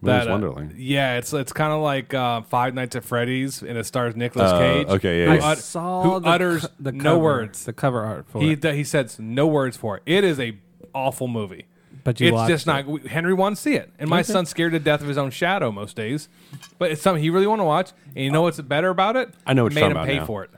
S5: Willy's
S3: That, uh,
S5: Wonderland.
S3: yeah, it's it's kind of like uh, Five Nights at Freddy's, and it stars Nicolas
S5: Uh,
S3: Cage.
S5: okay, yeah,
S3: who
S5: yeah.
S4: I
S5: I
S3: ut-
S4: saw
S3: who
S4: the, co-
S3: utters
S4: the
S3: no
S4: cover,
S3: words.
S4: the cover art for
S3: He
S4: it.
S3: he says no words for it. It is a awful movie.
S4: But you
S3: it's
S4: watched
S3: just not. Henry wants to see it, and my
S4: Okay.
S3: son's scared to death of his own shadow most days. But it's something he really want to watch, and you know what's better about it?
S5: I know what
S3: made
S5: you're
S3: him
S5: talking
S3: pay
S5: about now.
S3: for it.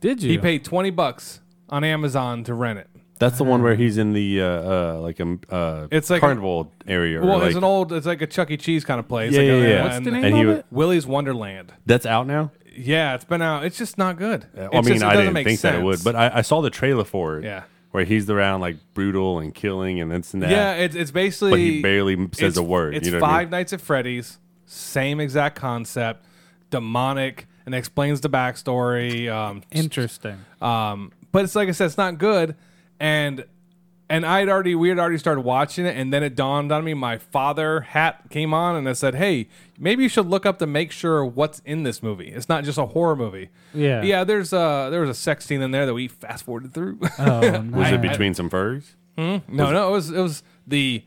S4: Did you?
S3: He paid twenty bucks on Amazon to rent it.
S5: That's the one where he's in the uh, uh like a uh,
S3: Mm. It's like a-
S5: carnival area. or
S3: Well,
S5: like,
S3: it's an old, it's like a Chuck E. Cheese kind of place.
S5: yeah,
S3: like
S5: yeah,
S3: a,
S5: yeah.
S4: What's the
S3: and-
S4: name
S5: and he
S4: of
S5: was-
S4: it?
S3: Willy's Wonderland.
S5: That's out now.
S3: Yeah, it's been out. It's just not good. It's
S5: I mean,
S3: just- it
S5: I
S3: doesn't
S5: didn't
S3: make
S5: think that it would,
S3: sense.
S5: but I, I saw the trailer for it.
S3: Yeah.
S5: where he's around like brutal and killing and this and that.
S3: yeah, it's it's basically.
S5: but he barely says
S3: it's-
S5: a word.
S3: It's
S5: you know what I
S3: Five
S5: mean?
S3: Nights at Freddy's, same exact concept, demonic, and explains the backstory. Um,
S4: Interesting.
S3: um, but it's like I said, it's not good, and and I had already we had already started watching it, and then it dawned on me. My father hat came on, and I said, "Hey, maybe you should look up to make sure what's in this movie. It's not just a horror movie."
S4: Yeah.
S3: yeah. There's uh there was a sex scene in there that we fast forwarded through.
S4: Oh,
S5: Was
S4: nice.
S5: it between some furries?
S3: No, no, it Uh, was it was the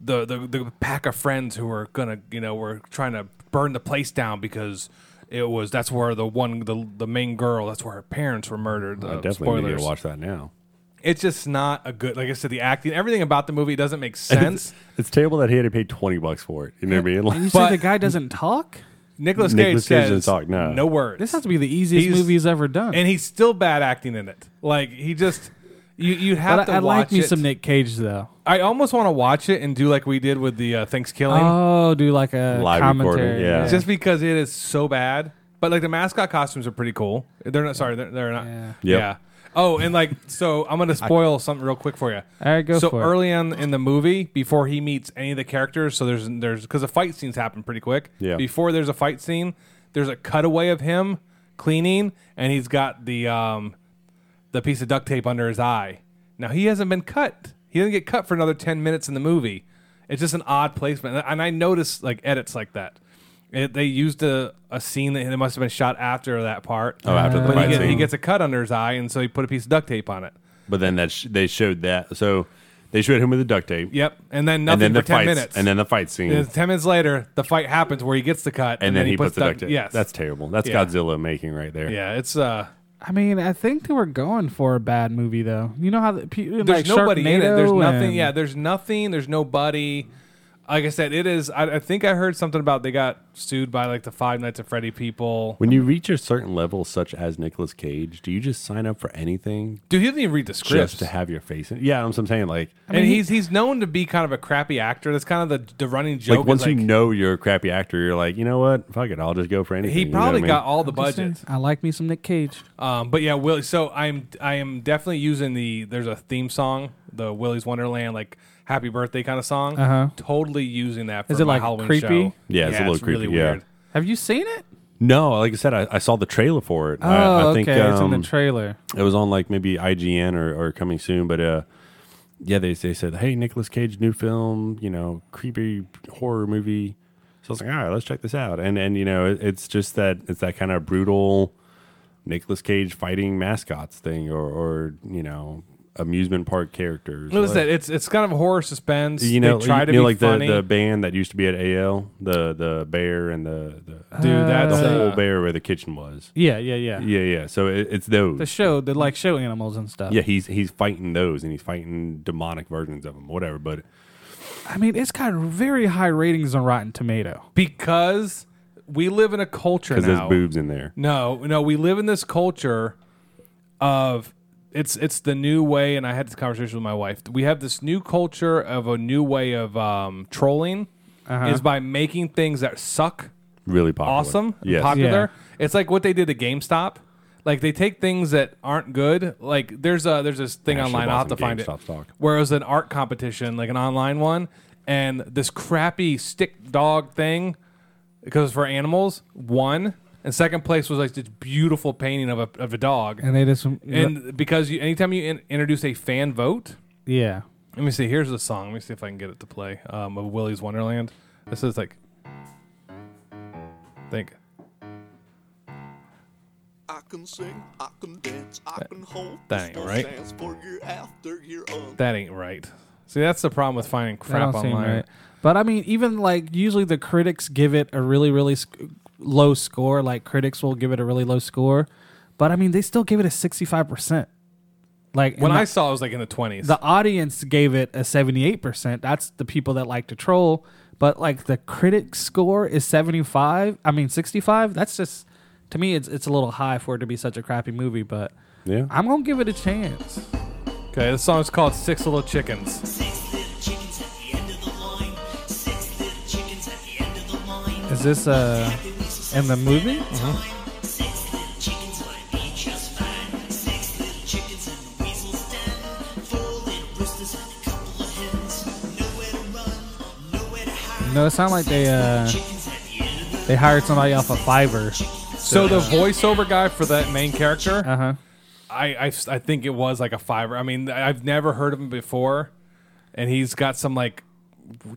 S3: the the, the pack of friends who were gonna you know were trying to burn the place down because it was that's where the one the the main girl that's where her parents were murdered.
S5: I
S3: Uh,
S5: definitely need
S3: spoilers.
S5: to watch that now.
S3: It's just not a good like I said the acting everything about the movie doesn't make sense.
S5: It's terrible that he had to pay twenty bucks for it. You know what I mean?
S4: And you
S5: Like,
S4: say
S3: But-
S4: the guy doesn't talk?
S3: Nicholas Cage
S5: Nicolas Cage
S3: says
S5: didn't talk, no.
S3: no words.
S4: This has to be the easiest
S3: He's-
S4: movie he's ever done.
S3: and he's still bad acting in it. Like he just you you have
S4: but
S3: to
S4: I, I
S3: watch
S4: like me
S3: it.
S4: some Nick Cage though.
S3: I almost want to watch it and do like we did with the uh, Thanksgiving.
S4: Oh, do like a
S5: Live recording,
S4: commentary.
S5: yeah.
S3: It's just because it is so bad. But like the mascot costumes are pretty cool. They're not sorry, they're, they're not.
S4: Yeah.
S5: Yep.
S3: Yeah. Oh, and like so, I'm gonna spoil something real quick for you.
S4: All right, go
S3: so
S4: for it.
S3: early on in the movie, before he meets any of the characters, so there's there's because the fight scenes happen pretty quick.
S5: Yeah.
S3: Before there's a fight scene, there's a cutaway of him cleaning, and he's got the um the piece of duct tape under his eye. Now he hasn't been cut. He didn't get cut for another ten minutes in the movie. It's just an odd placement, and I noticed like edits like that. It, they used a, a scene that it must have been shot after that part.
S5: oh, after the
S3: But he,
S5: fight
S3: get,
S5: scene,
S3: he gets a cut under his eye, and so he put a piece of duct tape on it.
S5: but then that sh- they showed that. So they showed him with the duct tape.
S3: Yep, and then
S5: and
S3: nothing
S5: then the
S3: for ten
S5: fights,
S3: minutes.
S5: and then the fight scene,
S3: And ten minutes later, the fight happens where he gets the cut,
S5: and, then, he puts, the duct tape.
S3: Yes,
S5: that's terrible. That's
S3: Yeah.
S5: Godzilla making right there.
S3: yeah. It's uh,
S4: I mean, I think they were going for a bad movie though. You know how the, pe-
S3: there's
S4: like
S3: nobody in it.
S4: Sharknado
S3: There's nothing.
S4: and-
S3: Yeah, there's nothing. There's nobody. Like I said, it is. I, I think I heard something about they got sued by like the Five Nights at Freddy people.
S5: When you reach a certain level, such as Nicolas Cage, do you just sign up for anything
S3: Dude, he didn't even read the
S5: just
S3: scripts.
S5: to have your face in? Yeah, I'm, I'm saying like,
S3: and he's he's known to be kind of a crappy actor. That's kind of the the running joke.
S5: like
S3: is,
S5: once you
S3: like,
S5: know you're a crappy actor, you're like, you know what? Fuck it, I'll just go for anything.
S3: he
S5: you know what I
S3: probably
S5: mean?
S3: got all the
S4: Just saying,
S3: budget.
S4: I like me some Nick Cage.
S3: Um, but yeah, Willie. So I'm I am definitely using the there's a theme song, the Willie's Wonderland like Happy Birthday kind of song.
S4: Uh-huh.
S3: Totally using that. For
S4: Is it,
S3: my
S4: like,
S3: Halloween
S4: creepy?
S3: show.
S5: Yeah, it's a little
S3: really
S5: creepy, yeah.
S3: weird.
S4: Have you seen it?
S5: No, like I said, I, I saw the trailer for it.
S4: Oh,
S5: I, I
S4: okay.
S5: think
S4: it's in
S5: um,
S4: the trailer.
S5: it was on like maybe IGN or, or coming soon, but uh, yeah, they they said, hey, Nicolas Cage new film, you know, creepy horror movie. So I was like, all right, let's check this out. And and you know, it, it's just that it's that kind of brutal Nicolas Cage fighting mascots thing, or or you know, amusement park characters.
S3: What is
S5: Like-
S3: that? It's it's kind of a horror suspense.
S5: You know,
S3: they try to
S5: you know,
S3: be
S5: like
S3: funny.
S5: the the band that used to be at AL, the the bear and the the,
S3: Dude, that's
S5: the whole
S3: uh,
S5: bear where the kitchen was.
S4: Yeah, yeah, yeah.
S5: Yeah, yeah. So it, it's those.
S4: The show, the like show animals and stuff.
S5: yeah, he's he's fighting those and he's fighting demonic versions of them, whatever. But
S4: I mean, it's got very high ratings on Rotten Tomato.
S3: because we live in a culture
S5: because there's
S3: now.
S5: boobs in there,
S3: No, no, we live in this culture of it's it's the new way, and I had this conversation with my wife. We have this new culture of a new way of um, trolling is by making things that suck
S5: really Uh-huh. popular,
S3: awesome, and
S5: Yes.
S3: popular. It's like what they did to GameStop. Like they take things that aren't good. Like there's a there's this thing
S5: I should've
S3: online. I'll
S5: bought
S3: have to
S5: some
S3: find it.
S5: GameStop stock.
S3: Where it was an art competition, like an online one, and this crappy stick dog thing, because it's for animals, won. And second place was like this beautiful painting of a of a dog.
S4: And they just
S3: And because you, anytime you in, introduce a fan vote,
S4: yeah.
S3: let me see. Here's the song. Let me see if I can get it to play. Um, of Willy's Wonderland. This is like, think.
S7: can sing, I can dance, I can hold.
S3: that
S7: This
S3: ain't
S7: will
S3: right.
S7: stands for year after year on.
S3: That ain't right. See, that's the problem with finding
S4: That
S3: crap
S4: don't seem
S3: online.
S4: right. But I mean, even like usually the critics give it a really, really sc- low score. Like critics will give it a really low score, but I mean, they still give it a sixty-five percent. Like and
S3: When
S4: the,
S3: I saw it was like in the twenties.
S4: the audience gave it a seventy-eight percent. That's the people that like to troll. But like the critic score is seventy-five. I mean, sixty-five. That's just to me, it's it's a little high for it to be such a crappy movie. But
S5: Yeah.
S4: I'm gonna give it a chance.
S3: Okay, the song's called Six Little Chickens.
S8: Six little chickens at the end of the line. Six little chickens at the end of the line.
S4: Is this uh in the movie?
S8: Six little chickens might be just fine. Six little chickens in the weasel's den. Four little roosters and a couple of hens. Nowhere to run, nowhere to hide.
S4: No, it sounded like they uh they hired somebody off of Fiverr.
S3: So the voiceover guy for that main character,
S4: Uh huh.
S3: I, I I think it was like a fiver. I mean, I- I've never heard of him before, and he's got some like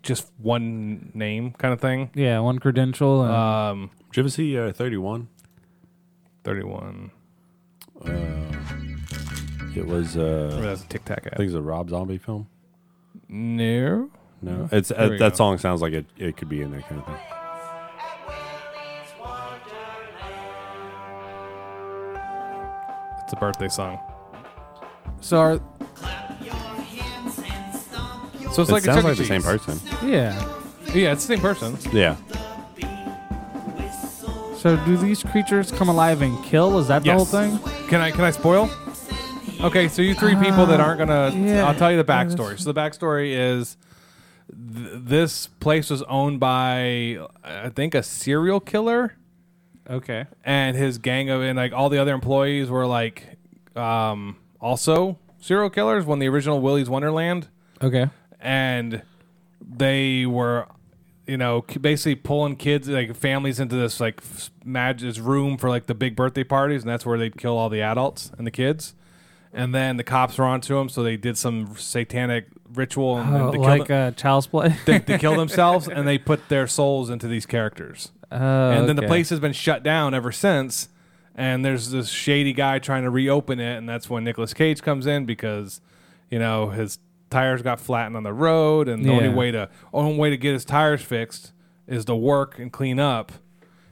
S3: just one name kind of thing.
S4: Yeah, one credential. And,
S5: Did you ever see uh, 31?
S3: Thirty-one.
S5: It was, uh,
S3: Or that's a Tic Tac
S5: I
S3: ad.
S5: think it's a Rob Zombie film.
S3: No.
S5: No, it's
S3: we
S5: uh,
S3: Mm-hmm. go.
S5: that song sounds like it, it could be in that kind of thing.
S3: It's a birthday song.
S4: so are,
S3: So it's
S5: it
S3: like
S5: sounds
S3: a
S5: like
S3: Chuck
S5: the
S3: E.
S5: same
S3: Cheese.
S5: person.
S4: yeah.
S3: Yeah, it's the same person.
S5: Yeah,
S4: So do these creatures come alive and kill? Is that
S3: Yes.
S4: the whole thing? Uh,
S3: Can I can I spoil? Okay, so you three people that aren't gonna,
S4: yeah.
S3: I'll tell you the
S4: Yeah, that's-
S3: backstory. So the backstory is th- this place was owned by I think a serial killer
S4: Okay.
S3: and his gang of and like all the other employees were like um, also serial killers when the original Willy's Wonderland
S4: Okay.
S3: and they were you know k- basically pulling kids like families into this like f- mag- this room for like the big birthday parties and that's where they'd kill all the adults and the kids and then the cops were onto them so they did some satanic ritual and, and they, killed,
S4: like
S3: them-
S4: uh, child's play.
S3: they, they killed themselves and they put their souls into these characters
S4: Oh,
S3: and then the place has been shut down ever since. And there's this shady guy trying to reopen it, and that's when Nicolas Cage comes in because, you know, his tires got flattened on the road, and the only
S4: Yeah.
S3: way to only way to get his tires fixed is to work and clean up.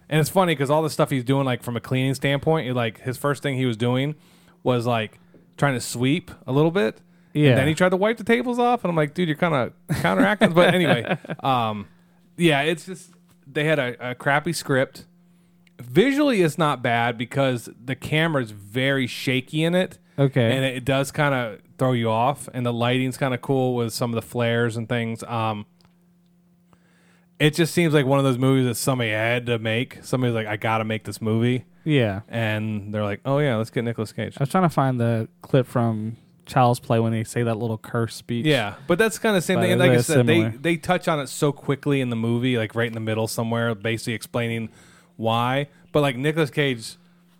S3: And it's funny because all the stuff he's doing, like from a cleaning standpoint, it, like his first thing he was doing was like trying to sweep a little bit.
S4: Yeah.
S3: And then he tried to wipe the tables off, and I'm like, dude, you're kind of counteracting. but anyway, um, yeah, it's just they had a, a crappy script. Visually, it's not bad because the camera's very shaky in it.
S4: Okay.
S3: And it, it does kind of throw you off, and the lighting's kind of cool with some of the flares and things. Um, it just seems like one of those movies that somebody had to make. Somebody's like, I got to make this movie.
S4: yeah.
S3: And they're like, oh, yeah, let's get Nicolas Cage.
S4: I was trying to find the clip from Child's Play when they say that little curse speech.
S3: Yeah, but that's kind of the same
S4: But
S3: thing. And
S4: they're
S3: like I said, they,
S4: similar.
S3: they touch on it so quickly in the movie, like right in the middle somewhere, basically explaining why. But like Nicolas Cage,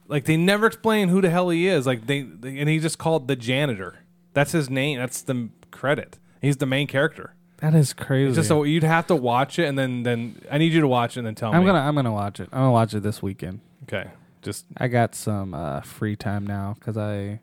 S3: like they never explain who the hell he is. Like they, they and he just called the janitor. That's his name. That's the m- credit. He's the main character.
S4: That is crazy.
S3: It's just so you'd have to watch it, and then then I need you to watch it, and then tell
S4: I'm
S3: me.
S4: gonna I'm gonna watch it. I'm gonna watch it this weekend.
S3: okay. Just
S4: I got some uh, free time now because I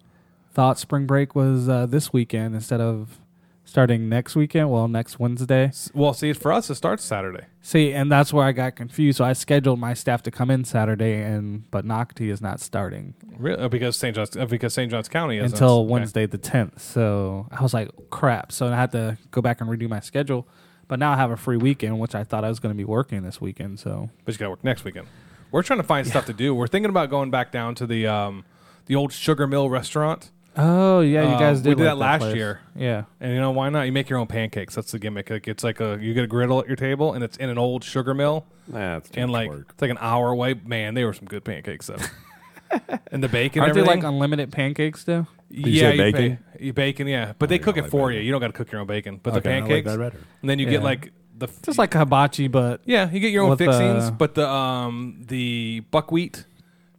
S4: thought spring break was uh, this weekend instead of starting next weekend. Well, next Wednesday.
S3: well, see, for us it starts Saturday.
S4: See, and that's where I got confused. So I scheduled my staff to come in Saturday, and but Nocti is not starting
S3: Really? Oh, because St. John's uh, because St. John's County is
S4: until Wednesday the tenth. So I was like, crap. So I had to go back and redo my schedule. But now I have a free weekend, which I thought I was going to be working this weekend. So
S3: but you got to work next weekend. We're trying to find stuff to do. We're thinking about going back down to the um, the old Sugar Mill restaurant,
S4: oh yeah, you
S3: Uh,
S4: guys
S3: we
S4: did,
S3: did
S4: like
S3: that last
S4: place.
S3: year.
S4: Yeah.
S3: and you know why not? You make your own pancakes. That's the gimmick. Like, it's like a you get a griddle at your table, and it's in an old sugar mill,
S5: nah, it's too
S3: and
S5: much
S3: like
S5: work.
S3: it's like an hour away. Man, they were some good pancakes though. and the bacon,
S4: Aren't they
S3: everything.
S4: like unlimited pancakes though?
S3: yeah,
S5: say
S3: you
S5: bacon?
S3: Pay, you bacon, yeah. But they
S5: Oh, yeah,
S3: cook
S5: I
S3: it
S5: like
S3: for
S5: bacon.
S3: you. You don't got to cook your own bacon. But the
S5: Okay, I like
S3: pancakes,
S5: that better.
S3: and then you
S4: Yeah.
S3: get like the f-
S4: Just like hibachi, but
S3: Yeah, you get your own
S4: With,
S3: fixings,
S4: uh,
S3: but the um the buckwheat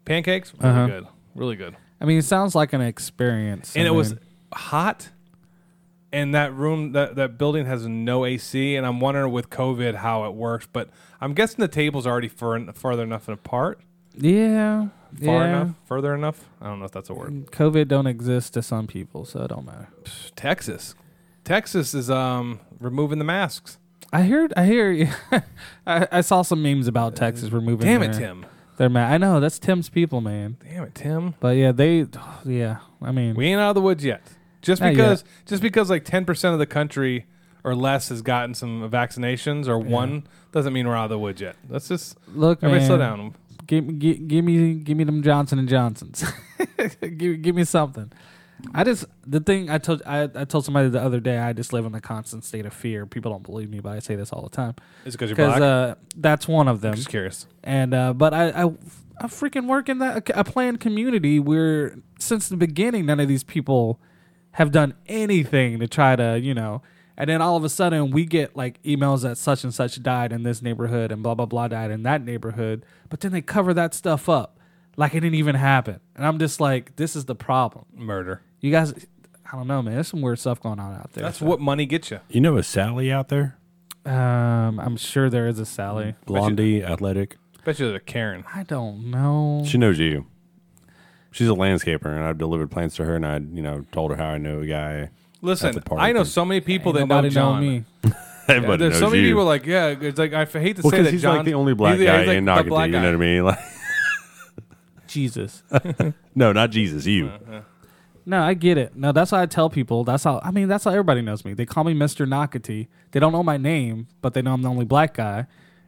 S3: pancakes really
S4: Uh-huh.
S3: good, really good.
S4: I mean, it sounds like an experience.
S3: and
S4: I
S3: it was
S4: mean,
S3: hot, and that room that that building has no AC, and I'm wondering with COVID how it works, but I'm guessing the tables are already far, far enough apart.
S4: yeah,
S3: far
S4: Yeah.
S3: enough, further enough. I don't know if that's a word.
S4: COVID don't exist to some people, so it don't matter.
S3: Texas, Texas is um removing the masks.
S4: I heard. I hear you. I, I saw some memes about Texas removing.
S3: Damn it,
S4: their-
S3: Tim.
S4: Their ma- I know that's Tim's people, man.
S3: Damn it, Tim.
S4: But yeah, they. Yeah, I mean,
S3: We ain't out of the woods yet. Just
S4: Not
S3: because, just because like ten percent of the country or less has gotten some vaccinations or one doesn't mean we're out of the woods yet. Let's just
S4: look,
S3: everybody
S4: man.
S3: slow down.
S4: Give, give, give me, give me them Johnson and Johnsons. give, give me something. I just the thing I told I, I told somebody the other day. I just live in a constant state of fear. People don't believe me, but I say this all the time
S3: Is it because you're
S4: because
S3: black?
S4: uh, that's one of them.
S3: just curious.
S4: and uh, but I, I I freaking work in that a planned community where since the beginning none of these people have done anything to try to you know and then all of a sudden we get like emails that such and such died in this neighborhood and blah blah blah died in that neighborhood but then they cover that stuff up like it didn't even happen and I'm just like this is the problem
S3: Murder.
S4: you guys I don't know man there's some weird stuff going on out there
S3: That's what money gets you.
S5: You know a Sally out there?
S4: um I'm sure there is a Sally
S5: Mm-hmm. Blondie, athletic.
S3: Especially there's a Karen.
S4: I don't know
S5: She knows you. She's a landscaper, and I've delivered plans to her, and I, you know, told her how I know a guy.
S3: Listen,
S5: That's a part
S3: I
S5: of
S3: know
S5: it.
S3: so many people
S4: Ain't
S3: that know
S4: nobody know
S3: John.
S4: me
S5: Everybody
S3: There's
S5: knows
S3: so many
S5: you.
S3: people like yeah. It's like I f- hate to
S5: well,
S3: say
S5: because
S3: that
S5: he's
S3: John,
S5: like the only black
S3: he's- yeah,
S5: guy
S3: he's like
S5: in
S3: the
S5: Nocatee.
S3: black
S5: You know what I
S3: guy.
S5: mean? Like,
S4: Jesus
S5: no, not Jesus. You.
S4: No, I get it. No, that's how I tell people. That's how I mean. That's how everybody knows me. They call me Mister Nakati. They don't know my name, but they know I'm the only black guy.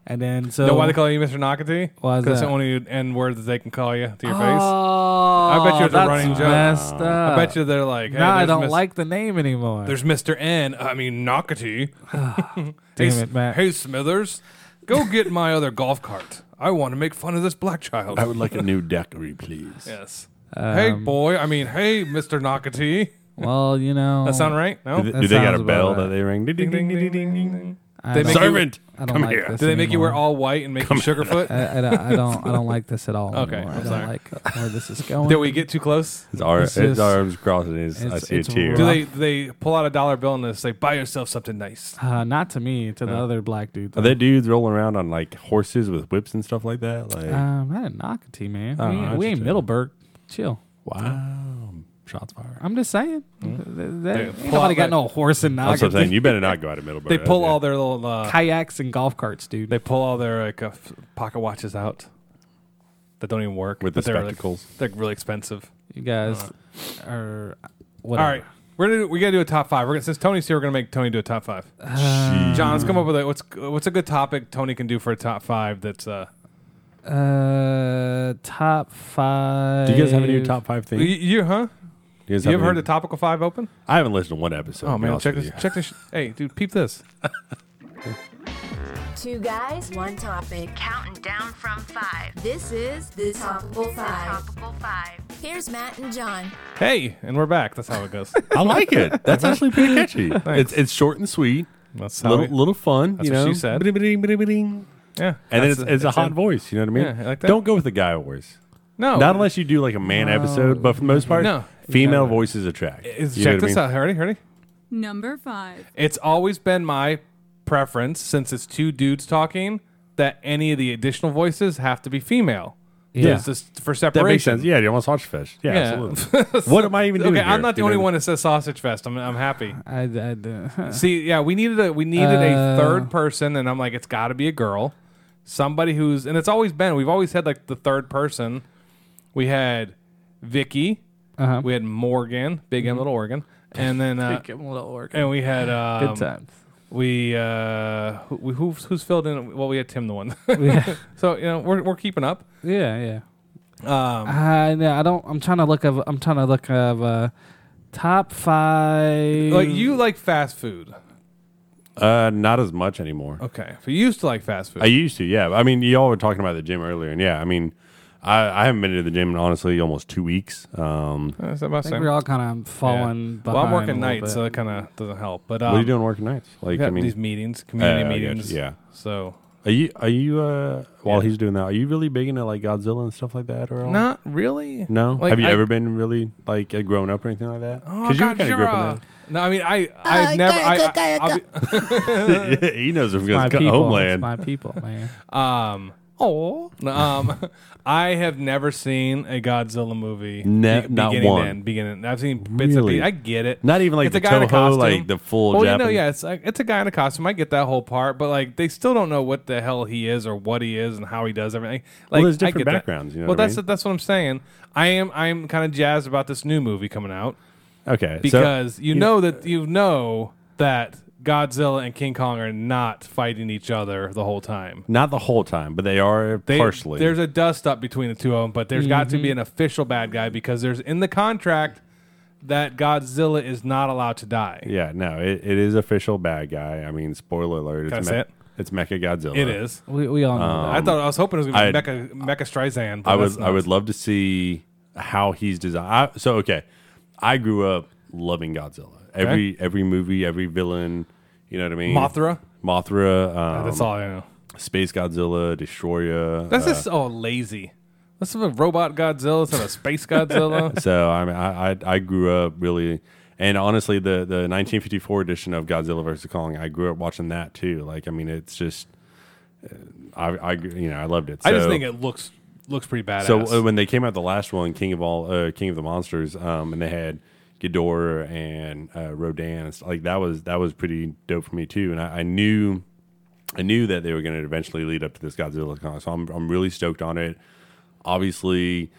S4: And then so
S3: Know why they call you Mr. Nocatee?
S4: Why is
S3: Because the
S4: that?
S3: only N word that they can call you to your
S4: Oh,
S3: face.
S4: I
S3: bet you it's a running joke.
S4: Messed up.
S3: I bet you they're like, hey,
S4: No, I
S3: there's
S4: don't
S3: Mis-
S4: like the name anymore.
S3: There's Mr. N. I mean, Nocatee.
S4: Damn
S3: hey,
S4: it, Matt.
S3: Hey, Smithers, go get my other golf cart. I want to make fun of this black child.
S5: I would Um, like a new daiquiri, please.
S3: yes. hey, boy. I mean, hey, Mr. Nocatee.
S4: well, you know,
S5: oh.
S3: That sound right? No?
S5: Do
S3: Ding,
S5: they, do they got
S4: sounds
S5: a
S4: about
S5: bell
S4: right.
S5: that they ring? Ding, ding, ding, ding, ding, ding.
S4: I
S3: they
S4: don't-
S3: make you-
S5: Servant,
S4: I don't
S5: come
S4: like
S5: here.
S4: this
S3: Do they make you wear
S4: anymore.
S3: all white and make you Sugarfoot?
S4: I, I don't, I don't. I don't like this at all.
S3: Okay,
S4: anymore.
S3: I'm
S4: I don't
S3: sorry.
S4: like where this is going.
S3: Did we get too close?
S5: His, ar-
S4: It's
S5: his
S4: just-
S5: arms crossed, and his, I
S4: it's-
S5: see a
S4: it's
S5: tear.
S3: Do
S4: rough.
S3: they do they pull out a dollar bill and they say, buy yourself something nice?
S4: Uh, not to me. To the
S3: Oh.
S4: other black dude.
S5: Are there dudes rolling around on like horses with whips and stuff like that? Like,
S3: Uh,
S4: Um, I didn't knock it to you, man.
S3: Oh,
S5: I don't
S4: we
S5: know,
S4: ain't, we
S5: I
S4: ain't
S5: just-
S4: Middleburg. Chill.
S3: uh,
S5: wow, shots fired.
S4: I'm just saying. Th- th-
S3: Dude,
S4: ain't
S3: pull
S4: nobody
S3: out
S4: got
S3: Hmm? that-
S4: no horse and
S5: That's what I'm saying.
S4: noggin.
S5: You better not go out of Middleburg.
S3: They pull
S5: Yeah.
S3: all their little uh,
S4: Kayaks and golf carts, dude.
S3: They pull all their like, uh, f- pocket watches out that don't even work
S5: With the
S3: but they're, like,
S5: spectacles.
S3: They're really expensive.
S4: you guys are
S3: All
S4: whatever.
S3: right, we're gonna do, we gotta do a top five. We're gonna since Tony's here, we're gonna make Tony do a top five.
S5: Jeez.
S3: John, let's come up with a, what's what's a good topic Tony can do for a top five. That's uh,
S4: Uh, top five.
S5: Do you guys have any top five
S3: you,
S5: things?
S3: you huh?
S5: You, guys
S3: You ever
S5: any-
S3: heard the topical five open?
S5: I haven't listened to one episode.
S3: Oh
S5: to be
S3: man,
S5: honest
S3: check
S5: with
S3: this,
S5: you.
S3: check this. Hey, dude, peep this.
S1: Two guys, one topic.
S2: Counting down from five.
S1: This is the Topical Five.
S2: Topical five.
S1: Here's Matt and John.
S3: Hey, and we're back. That's how it goes.
S5: I like it. That's actually pretty catchy. It's it's short and sweet.
S3: That's how.
S5: Little
S3: we-
S5: little fun.
S3: That's
S5: you
S3: what
S5: know.
S3: she said.
S5: Ba-ding, ba-ding, ba-ding.
S3: yeah,
S5: And then
S3: that's
S5: it's, it's a hot
S3: it.
S5: voice. You know what I mean?
S3: Yeah, I like that.
S5: Don't go with the guy voice.
S3: No,
S5: Not unless you do like a man episode, but for the most part,
S3: No.
S5: female voices attract.
S3: It's,
S5: You know
S3: check
S5: what I
S3: this
S5: mean?
S3: out. Ready, ready.
S9: Number five.
S3: It's always been my preference since it's two dudes talking that any of the additional voices have to be female.
S4: Yeah.
S3: It's just for
S5: That
S3: separation.
S5: makes sense. Yeah, you almost watch fish. Yeah,
S3: Yeah.
S5: absolutely. what am I even doing?
S3: Okay, I'm
S5: here?
S3: not the
S5: You know
S3: only
S5: what I
S3: one that says sausage fest. I'm, I'm happy.
S4: I, I, uh,
S3: See, yeah, we needed a we needed a
S4: Uh,
S3: third person, and I'm like, it's got to be a girl, somebody who's and it's always been. We've always had like the third person. We had Vicky,
S4: Uh-huh.
S3: we had Morgan, Big
S4: Mm-hmm.
S3: M, Little Oregon, and then uh,
S4: give him a little work.
S3: and we had um,
S4: Good times.
S3: We uh, who, who who's filled in? Well, we had Tim the one.
S4: yeah,
S3: so you know we're we're keeping up.
S4: yeah, yeah.
S3: Um,
S4: I, know, I don't. I'm trying to look of. I'm trying to look of. Uh, top five.
S3: like you like fast food,
S5: Uh, not as much anymore.
S3: okay? So you used to like fast food.
S5: I used to, yeah. I mean, y'all were talking about the gym earlier, and yeah, I mean, I, I haven't been to the gym in honestly almost two weeks. Um,
S3: Uh, Is that about
S4: I
S3: same?
S4: think we're all kind of
S3: Yeah.
S4: falling.
S3: Well, I'm
S4: behind a
S3: working
S4: little
S3: nights,
S4: bit.
S3: so that kind of doesn't help. But um,
S5: what are you doing working nights?
S3: We
S5: Like,
S3: got
S5: I mean,
S3: these meetings,
S5: Uh,
S3: community
S5: I got you,
S3: meetings.
S5: yeah.
S3: So
S5: are you are you uh while he's doing that? Are you really big into like Godzilla and stuff like that, or all?
S3: not really.
S5: No,
S3: Like,
S5: have you
S3: I-
S4: Oh,
S5: ever been really like uh, grown up or anything like that?
S3: Oh,
S5: you were kinda grew up
S3: No, I mean I I've never. I, I, I'll be-
S5: in that. he knows him
S4: my
S5: because
S4: people. It's
S5: homeland.
S4: my people, man.
S3: um, Oh, um, I have never seen a Godzilla movie.
S5: Ne-
S3: be-
S5: not
S3: beginning to
S5: one.
S3: end, beginning. I've seen bits
S5: Really?
S3: and pieces. I get it.
S5: Not even, like,
S3: it's
S5: the
S3: a guy in a
S5: Toho,
S3: costume.
S5: like, the full
S3: Well, you know,
S5: Japanese-
S3: yeah, it's like it's a guy in a costume. I get that whole part, but like they still don't know what the hell he is or what he is and how he does everything. Like
S5: there's
S3: I
S5: different
S3: get that.
S5: backgrounds, you know
S3: well,
S5: what I
S3: that's
S5: mean?
S3: that's what I'm saying. I am I am kind of jazzed about this new movie coming out
S5: Okay, so-
S3: because you know that you know that Godzilla and King Kong are not fighting each other the whole time.
S5: not the whole time, but they are
S3: They-
S5: partially.
S3: There's a dust up between the two of them, but there's got
S4: Mm-hmm.
S3: to be an official bad guy because there's in the contract that Godzilla is not allowed to die.
S5: yeah, no, it, it is official bad guy. I mean, spoiler alert.
S3: Can I
S5: It's,
S3: say it?
S5: it's Mecha Godzilla.
S3: It is.
S4: We, we all know
S3: I thought I was hoping it was going
S5: Um, I-
S3: to be Mecha, Mecha Streisand. But
S5: I
S3: that's
S5: would I
S3: not.
S5: would love to see how he's designed. I, so okay, I grew up loving Godzilla. Every every movie, every villain. You know what I mean?
S3: Mothra?
S5: Mothra. Um,
S3: That's all I know.
S5: Space Godzilla, Destroyer.
S3: That's
S5: uh,
S3: just all lazy. That's a robot Godzilla. It's not a space Godzilla.
S5: so I mean, I, I I grew up really, and honestly, the the 1954 edition of Godzilla vs Kong, I grew up watching that too. Like, I mean, it's just, uh, I I gr- you know I loved it.
S3: I just
S5: So-
S3: think it looks looks pretty badass.
S5: So uh, when they came out the last one, King of all uh, King of the Monsters, um, and they had Ghidorah and uh, Rodan, and stuff, like that was that was pretty dope for me too. And I, I knew I knew that they were going to eventually lead up to this Godzilla con, so I'm I'm really stoked on it. Obviously,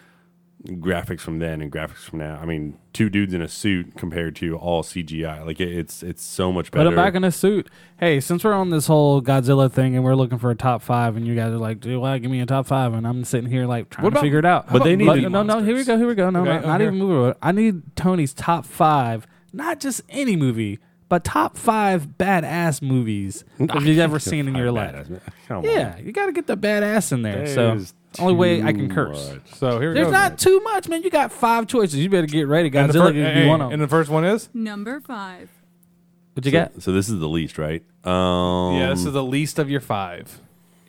S5: graphics from then and graphics from now. I mean, two dudes in a suit compared to all CGI. Like it, it's it's so much
S4: Put
S5: better.
S4: it back in a suit. Hey, since we're on this whole Godzilla thing and we're looking for a top five, and you guys are like, "Dude, why give me a top five? And I'm sitting here like trying
S3: What about-
S4: to figure it out.
S3: how But they about need
S4: Like,
S3: to-
S4: no, no. Here we go. Here we go. No,
S3: Okay,
S4: not, not
S3: okay.
S4: even movie. Road. I need Tony's top five, not just any movie, but top five badass movies that you've ever seen in your life.
S5: Come on.
S4: Yeah, you got to get the badass in there. so
S5: There's
S4: only way I
S5: too
S4: can curse.
S5: much.
S3: so here we
S4: There's
S3: go.
S4: not too much, man. You got five choices. You better get ready.
S3: and the,
S4: Godzilla
S3: fir-
S4: could
S3: hey,
S4: be one of
S3: and
S4: them.
S3: the first one is
S5: Mm.
S9: Number five.
S4: What you
S5: So-
S4: got?
S5: So, this is the least, right? Um,
S3: yeah. This is the least of your five.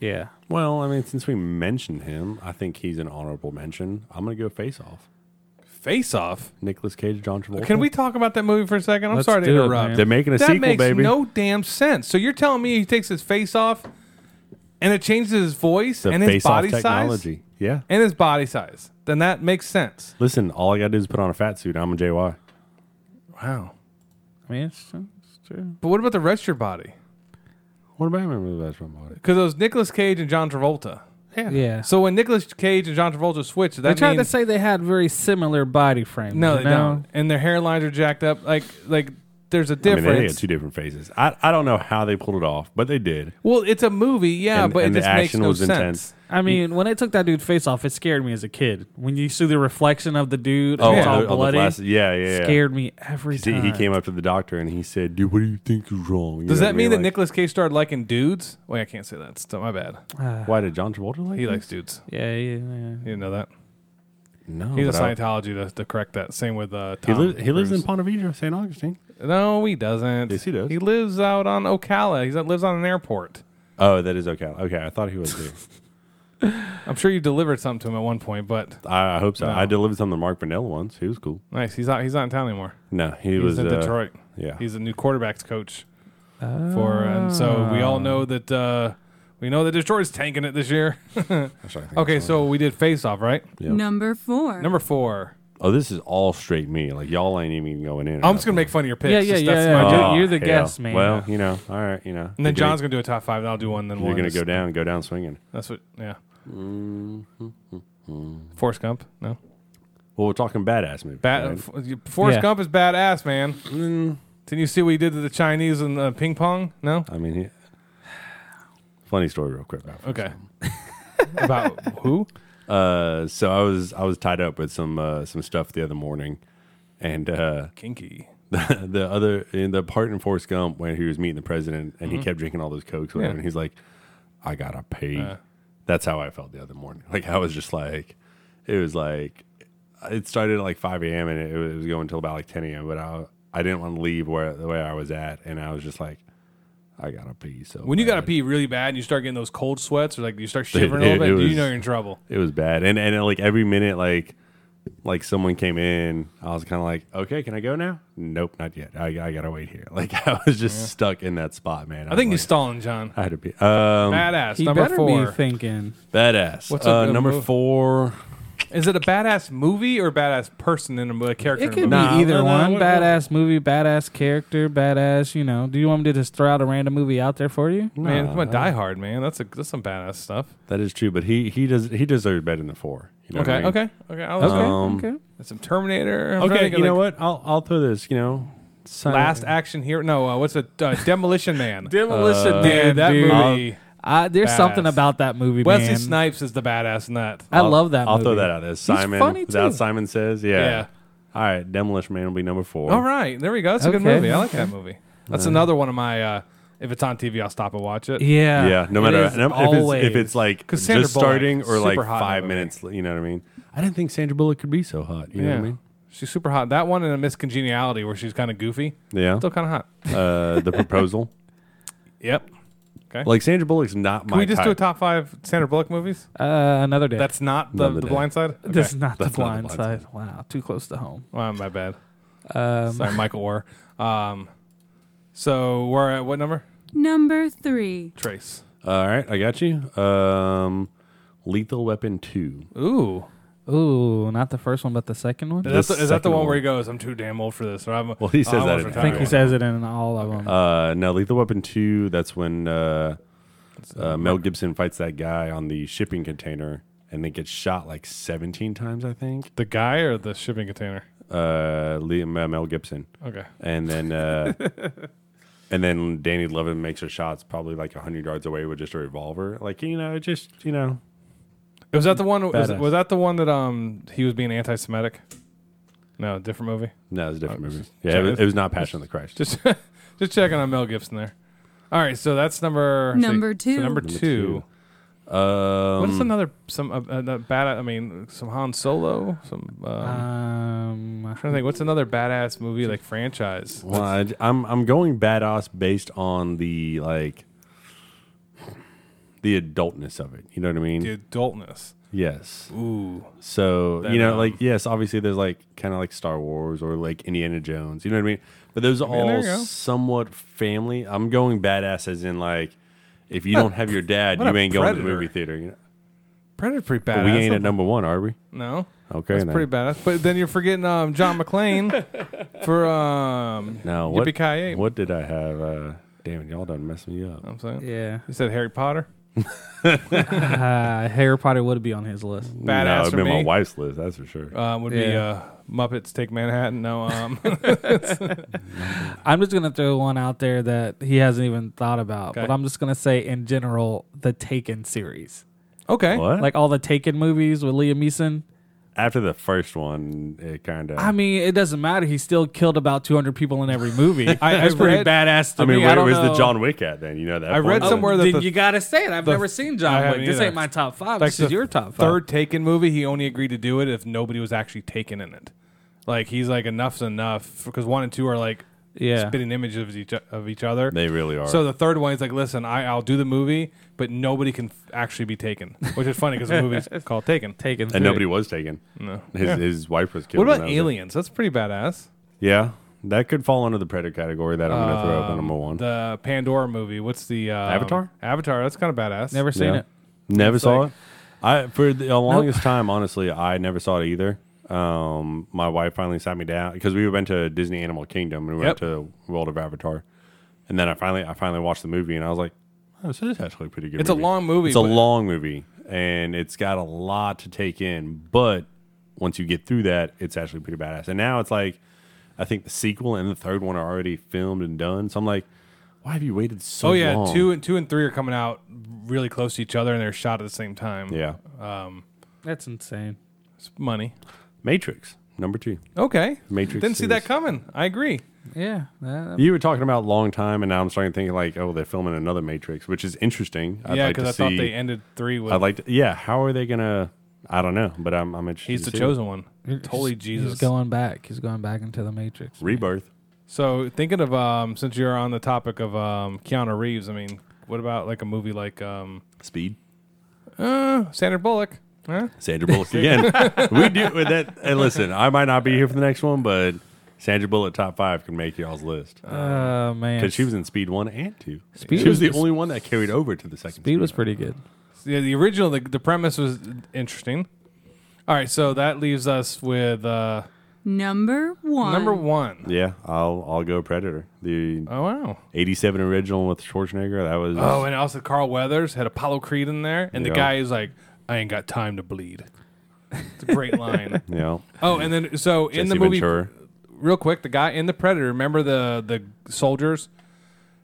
S4: Yeah.
S5: Well, I mean, since we mentioned him, I think he's an honorable mention. I'm gonna go Face Off.
S3: Face off.
S5: Nicholas Cage, John Travolta.
S3: Can we talk about that movie for a second? I'm
S4: Let's
S3: sorry to
S4: do it,
S3: interrupt.
S4: man.
S5: They're making a
S3: that
S5: sequel,
S3: makes
S5: baby.
S3: no damn sense. So you're telling me he takes his face off, and it changes his voice
S5: the
S3: and his
S5: Face Off
S3: body
S5: technology.
S3: size
S5: Yeah.
S3: and his body size. Then that makes sense.
S5: Listen, all I gotta do is put on a fat suit. I'm a JY.
S3: Wow.
S4: I mean, it's, it's true.
S3: But what about the rest of your body?
S5: What about remember that's from body?
S3: Because it was Nicolas Cage and John Travolta.
S4: Yeah.
S3: So when Nicolas Cage and John Travolta switch, that
S4: they tried
S3: means
S4: to say they had very similar body frames.
S3: no, they
S4: you know?
S3: don't, and their hairlines are jacked up. Like like there's a
S5: I mean,
S3: difference.
S5: they had two different faces. I, I don't know how they pulled it off, but they did.
S3: well, it's a movie, yeah,
S5: And-
S3: but
S5: and the
S3: it just makes
S5: action
S3: no
S5: was
S3: sense.
S5: intense.
S4: I mean, when they took that dude face off, it scared me as a kid. When you see the reflection of the dude,
S5: Oh,
S4: and it's
S5: on
S4: all
S5: the- on the
S4: bloody.
S5: glasses. Yeah, yeah, yeah.
S4: Scared me every
S5: See,
S4: time.
S5: he came up to the doctor and he said, "Dude, what do you think is wrong?" You
S3: Does
S5: know
S3: that
S5: what I
S3: mean that
S5: Like,
S3: Nicolas Cage started liking dudes? Wait, I can't say that. It's my bad.
S5: Why did John Travolta like?
S3: He
S5: him?
S3: likes dudes.
S4: Yeah, yeah, yeah.
S3: You didn't know that?
S5: no.
S3: He's a
S5: but I-
S3: Scientology to, to correct that. Same with uh,
S5: He,
S3: Tom.
S5: li- he lives in
S3: Cruise.
S5: Ponte Vedra, St. Augustine.
S3: No, he doesn't.
S5: Yes, he does.
S3: He lives out on Ocala. He lives on an airport.
S5: Oh, that is okay. Okay, I thought he was too.
S3: I'm sure you delivered something to him at one point, but
S5: I, I hope so.
S3: No.
S5: I delivered something to Mark Brunell once. He was cool.
S3: nice. He's not. He's not in town anymore.
S5: No, he
S3: He's
S5: was
S3: in
S5: uh,
S3: Detroit.
S5: Yeah,
S3: He's a new quarterbacks coach for, and so
S5: Ah.
S3: we all know that uh, we know that Detroit's tanking it this year. okay, so we did face off, right?
S5: Yep.
S9: Number four.
S3: Number four.
S5: oh, this is all straight me. Like y'all ain't even going in. or
S3: I'm just
S5: nothing.
S3: gonna make fun of your picks.
S4: Yeah, yeah,
S3: Just-
S4: yeah,
S3: that's
S4: yeah.
S3: my
S4: You're-
S3: job.
S4: you're the
S5: hell.
S4: guest man.
S5: Well, you know, all right, you know.
S3: And then
S5: You're
S3: John's gonna do a top five, and I'll do one. Then
S5: gonna, you're
S3: one.
S5: gonna go down, go down swinging.
S3: That's what. Yeah. Forrest Gump. No.
S5: Well, we're talking badass movie.
S3: Bat,
S5: right? Mm.
S3: f- Forrest
S4: Yeah.
S3: Gump is badass, man. Didn't you see what he did to the Chinese in uh, ping pong? No.
S5: I mean, he, funny story, real quick. about-
S3: Okay. About who?
S5: Uh, so I was I was tied up with some uh, some stuff the other morning, and uh,
S3: Kinky.
S5: the, the other in the part in Forrest Gump when he was meeting the president and he kept drinking all those cokes, or whatever,
S3: Mm-hmm. Yeah. Uh.
S5: and he's like, "I gotta pay." That's how I felt the other morning. Like I was just like, it was like, it started at like five a.m. and it, was going until about like ten a.m. But I I didn't want to leave where the way I was at, and I was just like, I gotta pee. So
S3: When you gotta
S5: bad.
S3: pee really bad and you start getting those cold sweats or like you start
S5: Dude,
S3: shivering a
S5: it-
S3: little
S5: it
S3: bit,
S5: was-
S3: you know you're in trouble.
S5: It was bad, and and like every minute, like like someone came in, I was kind of like, okay, can I go now? Nope, not yet. I, I gotta wait here. Like I was just stuck in that spot, man.
S3: I think
S5: was
S3: he's
S5: like,
S3: stalling, John.
S5: I had to be um,
S3: Badass
S4: He
S3: number
S4: better
S3: four.
S4: be thinking.
S5: badass.
S3: What's
S5: What's
S3: a
S5: uh,
S3: good
S5: number
S3: move?
S5: four?
S3: Is it a badass movie or a badass person in a, mo- a character?
S4: It
S3: in a
S4: could
S3: movie?
S5: Nah,
S4: be either
S5: nah, nah,
S4: one.
S5: what- what-
S4: badass movie, badass character, badass. You know. Do you want me to just throw out a random movie out there for you?
S3: Man, come on, Die Hard, man. That's a that's some badass stuff.
S5: That is true, but he he does he deserves better than four. You know what I
S3: Okay,
S5: mean?
S3: okay, okay. I'll
S4: Okay.
S5: Um,
S3: okay.
S4: okay.
S3: Some Terminator. I'm trying
S5: Okay,
S3: to
S5: you know
S3: like,
S5: what? I'll I'll throw this. You know, Silent-
S3: Last Action Hero. No, uh, what's it? Uh, Demolition Man.
S4: Demolition
S3: Man, that
S4: dude.
S3: movie.
S4: Uh, I, there's
S3: Badass.
S4: something about that movie,
S3: Wesley
S4: man.
S3: Snipes is the badass in that.
S4: I
S5: I'll-
S4: love that.
S5: I'll
S4: movie.
S5: throw that out there. Simon,
S4: funny,
S5: is that what
S4: too.
S5: Simon says, yeah.
S3: Yeah.
S5: All right, Demolition Man will be number four.
S3: All right, there we go. That's a good
S4: Okay.
S3: movie. I like that movie. That's another one of my. Uh, if it's on TV, I'll stop and watch it.
S4: Yeah.
S5: Yeah, no
S4: It
S5: matter
S4: is
S5: and if it's,
S4: always.
S5: if it's like
S3: 'Cause Sandra
S5: just
S3: Bullock,
S5: starting or
S3: super
S5: like
S3: hot in
S5: five
S3: that movie.
S5: minutes, you know what I mean? I didn't think Sandra Bullock could be so hot. You know what I mean?
S3: She's super hot. That one and a Miss Congeniality where she's kind of goofy.
S5: Yeah.
S3: Still kind of hot.
S5: Uh, the proposal.
S3: Yep.
S5: Like Sandra Bullock's not my
S3: Can we just
S5: type.
S3: do a top five Sandra Bullock movies?
S4: Uh, another day.
S3: That's not the,
S5: Another
S3: the
S5: day.
S3: blind side? Okay.
S4: That's not the
S5: That's not The
S4: blind
S5: Blind
S4: side. Wow, too close to home.
S3: Well, my bad.
S4: Um,
S3: Sorry, Michael Orr. Um, so we're at what number?
S9: Number three.
S3: Trace.
S5: All right, I got you. Um, Lethal Weapon two.
S3: Ooh.
S4: ooh, not the first one, but the second one.
S3: Is that,
S5: The
S3: the, is that the
S5: second
S3: one, where
S5: one.
S3: he goes, I'm too damn old for this? Or I'm,
S5: Well, he says
S3: I'm
S5: that
S3: old
S5: in it.
S3: for
S4: I think
S3: time.
S4: he says it in all of them.
S5: Uh, no, Lethal Weapon two. That's when uh, uh, Mel Gibson fights that guy on the shipping container and then gets shot like seventeen times, I think.
S3: The guy or the shipping container?
S5: Uh, Le- uh, Mel Gibson.
S3: Okay.
S5: and then uh, and then Danny Levin makes her shots probably like hundred yards away with just a revolver. Like you know, it just you know,
S3: Was that the one? Was,
S5: Badass.
S3: was that the one that um he was being anti-Semitic? No, different movie.
S5: no, it's a different
S3: Uh,
S5: movie.
S3: just-
S5: Yeah, it was, it was not Passion of the Christ.
S3: Just just checking on Mel Gibson there. All right, so that's number let's see.
S9: Number
S3: So
S9: two.
S3: number
S5: Number
S3: two.
S5: two. Um,
S3: What's another some uh, uh, bad? I mean, some Han Solo. Some um,
S4: um,
S3: trying to think. What's another badass movie like franchise?
S5: Well, I, am I'm going badass based on the like the adultness of it. You know what I mean?
S3: The adultness.
S5: Yes.
S3: Ooh,
S5: So
S3: That,
S5: you know,
S3: um,
S5: like yes, obviously there's like kind of like Star Wars or like Indiana Jones. You know what I mean? But those are
S3: mean, there
S5: all
S3: you go.
S5: somewhat family. I'm going badass as in like if you don't have your dad, you
S3: what a
S5: ain't going to the
S3: predator.
S5: movie theater. You know?
S3: Predator, pretty
S5: But
S3: badass.
S5: we ain't at number one, are we?
S3: no,
S5: Okay,
S3: that's
S5: then.
S3: pretty badass. But then you're forgetting um John McClane for um
S5: No. What,
S3: Yippee-ki-yay.
S5: what did I have? Uh, damn it, y'all done mess me up.
S3: I'm saying
S4: yeah,
S3: you said Harry Potter.
S4: uh, Harry Potter would be on his list.
S5: no,
S3: Badass
S5: it'd
S3: for
S5: been
S3: me.
S5: my wife's list. That's for sure.
S3: uh, would be
S4: Yeah.
S3: uh, Muppets Take Manhattan. No, um,
S4: I'm just gonna throw one out there that he hasn't even thought about,
S3: Okay.
S4: but I'm just gonna say in general the Taken series,
S3: okay.
S5: what? Like
S4: like all the Taken movies with Liam Neeson.
S5: after the first one, it kind of.
S4: I mean, it doesn't matter. He still killed about 200 people in every movie. That's pretty
S3: read-
S4: badass to
S5: I mean,
S4: me.
S5: where
S4: don't
S5: was
S4: know.
S5: the John Wick at then? You know that.
S3: I read
S5: point?
S3: somewhere that
S4: Oh, Then
S3: the-
S4: you gotta say it. I've
S3: the-
S4: never seen
S3: I
S4: John
S3: haven't
S4: Wick. This
S3: either.
S4: ain't my top five.
S3: Like
S4: this is
S3: the
S4: your top five.
S3: Third Taken movie, he only agreed to do it if nobody was actually taken in it. Like he's like enough's enough because one and two are like
S4: Yeah.
S3: spitting images of each of each other.
S5: They really are.
S3: So the third one is like, listen, I, I'll do the movie, but nobody can f- actually be taken, which is funny because the movie's called Taken.
S4: Taken.
S5: and
S4: three.
S5: nobody was taken.
S3: No.
S5: His,
S3: Yeah.
S5: his wife was killed.
S3: What
S5: when
S3: about
S5: that was it.
S3: Aliens? That's pretty badass.
S5: Yeah, that could fall under the predator category that I'm gonna throw up
S3: Um,
S5: at number one.
S3: The Pandora movie. What's the um,
S5: Avatar?
S3: Avatar. That's kind of badass.
S4: Never seen
S5: Yeah.
S4: it.
S5: Never
S3: It's
S5: saw
S3: like-
S5: it. I for the longest time, honestly, I never saw it either. Um, my wife finally sat me down because we went to Disney Animal Kingdom and we
S3: Yep.
S5: went to World of Avatar, and then I finally I finally watched the movie and I was like, oh, this is actually a pretty good.
S3: It's a long movie,
S5: It's a
S3: but-
S5: long movie, and it's got a lot to take in. But once you get through that, it's actually pretty badass. And now it's like, I think the sequel and the third one are already filmed and done. So I'm like, why have you waited so?
S3: oh yeah,
S5: long?
S3: two and two and three are coming out really close to each other, and they're shot at the same time.
S5: Yeah,
S4: That's insane.
S3: It's money.
S5: Matrix number two.
S3: Okay.
S5: Matrix
S3: Didn't see
S5: series.
S3: that coming. I agree.
S4: Yeah. that-
S5: You were talking about long time, and now I'm starting to think like, oh, they're filming another Matrix, which is interesting. I'd
S3: yeah,
S5: like
S3: because
S5: to
S3: I thought
S5: see-
S3: they ended three with
S5: I'd like, to, yeah. How are they gonna? I don't know, but I'm, I'm interested.
S3: he's
S5: to see
S3: the
S5: it.
S3: chosen one. Holy
S4: he's-
S3: Jesus.
S4: He's going back. He's going back into the Matrix.
S5: rebirth.
S3: So thinking of um, since you're on the topic of um, Keanu Reeves, I mean, what about like a movie like um,
S5: Speed.
S3: uh, Sandra Bullock?
S5: Sandra Bullock again. we do with that. And listen, I might not be here for the next one, but Sandra Bullock top five can make y'all's list because
S4: Uh,
S10: Oh man,
S5: she was in Speed one and two.
S10: Speed
S5: she was,
S10: was-
S5: the only one that carried over to the second.
S10: Speed was pretty good.
S3: Yeah, the original, the, the premise was interesting. All right, so that leaves us with uh,
S9: Number one.
S3: number one.
S5: Yeah, I'll I'll go Predator. The
S3: Oh wow!
S5: '87 original with Schwarzenegger. That was
S3: Oh, and also Carl Weathers had Apollo Creed in there, and
S5: Yeah.
S3: the guy is like, "I ain't got time to bleed." It's a great line.
S5: you know
S3: Oh, and then so in
S5: Jesse
S3: the movie,
S5: Ventura.
S3: real quick, the guy in the Predator. Remember the the soldiers.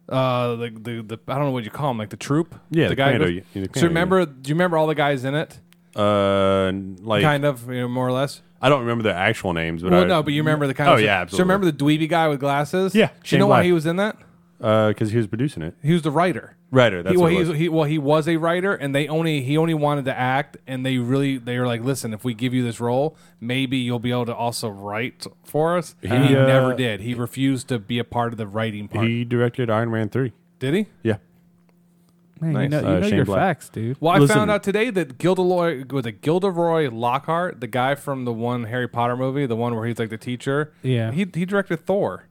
S3: Uh, the, the the I don't know what you call them, like the troop.
S5: Yeah, the
S3: the guy.
S5: commando,
S3: goes-
S5: yeah, the
S3: so
S5: commando,
S3: remember? Do you remember all the guys in it?
S5: Uh, like
S3: kind of, you know, more or less.
S5: I don't remember their actual names, but
S3: Well,
S5: I,
S3: no, but you remember the kind.
S5: Oh,
S3: of
S5: yeah,
S3: So remember the dweeby guy with glasses?
S5: Yeah,
S3: Do you know
S5: Shane
S3: why
S5: Black.
S3: he was in that?
S5: because uh, he was producing it.
S3: He was the writer.
S5: Writer, that's
S3: he, well,
S5: what it
S3: he's-
S5: was.
S3: he well he was a writer, and they only he only wanted to act, and they really they were like, listen, if we give you this role, maybe you'll be able to also write for us. He, and he
S5: uh,
S3: never did. He refused to be a part of the writing part.
S5: He directed Iron Man three.
S3: did he?
S5: Yeah,
S10: Man, you
S5: Nice.
S10: know,
S5: Uh,
S10: you know
S5: Shane
S10: your
S5: Black.
S10: facts, dude.
S3: Well, I
S5: Listen.
S3: found out today that Gilderoy was a Gilderoy Lockhart, the guy from the one Harry Potter movie, the one where he's like the teacher.
S10: Yeah.
S3: he he directed Thor.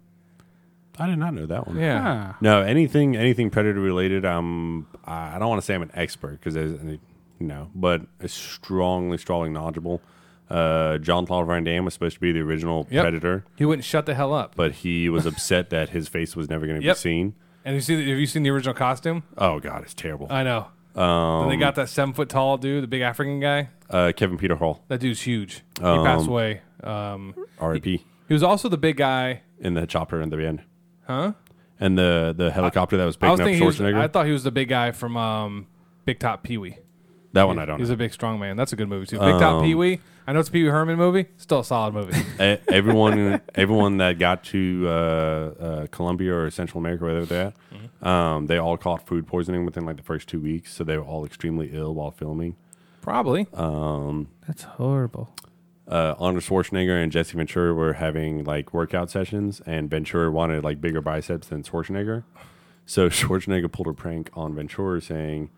S5: I did not know that one.
S3: Yeah.
S10: Ah.
S5: No, anything anything predator related. Um, I I don't want to say I'm an expert because you know, but it's strongly, strongly knowledgeable. Uh, John Claude Van Damme was supposed to be the original
S3: Yep.
S5: predator,
S3: He wouldn't shut the hell up.
S5: but he was upset that his face was never going to
S3: Yep.
S5: be seen.
S3: And you see, have you seen the original costume?
S5: Oh God, it's terrible.
S3: I know. Um, then they got that seven foot tall dude, the big African guy.
S5: Uh, Kevin Peter Hall,
S3: That dude's huge. He passed away. Um,
S5: R.I.P.
S3: he was also the big guy.
S5: in the chopper in the end. Huh? And the the helicopter that was
S3: I
S5: picking
S3: was
S5: up
S3: thinking. He was,
S5: Schwarzenegger.
S3: I thought he was the big guy from um, Big Top Pee Wee.
S5: that one I don't.
S3: He's
S5: know.
S3: a big strong man. That's a good movie too. Big
S5: Um,
S3: Top Pee Wee. I know it's a Pee Wee Herman movie. Still a solid movie.
S5: E- everyone everyone that got to uh, uh, Colombia or Central America, wherever they're at,
S3: Mm-hmm.
S5: um, they all caught food poisoning within like the first two weeks. So they were all extremely ill while filming.
S3: Probably.
S10: That's horrible.
S5: Uh, Arnold Schwarzenegger and Jesse Ventura were having like workout sessions, and Ventura wanted like bigger biceps than Schwarzenegger. So Schwarzenegger pulled a prank on Ventura, saying,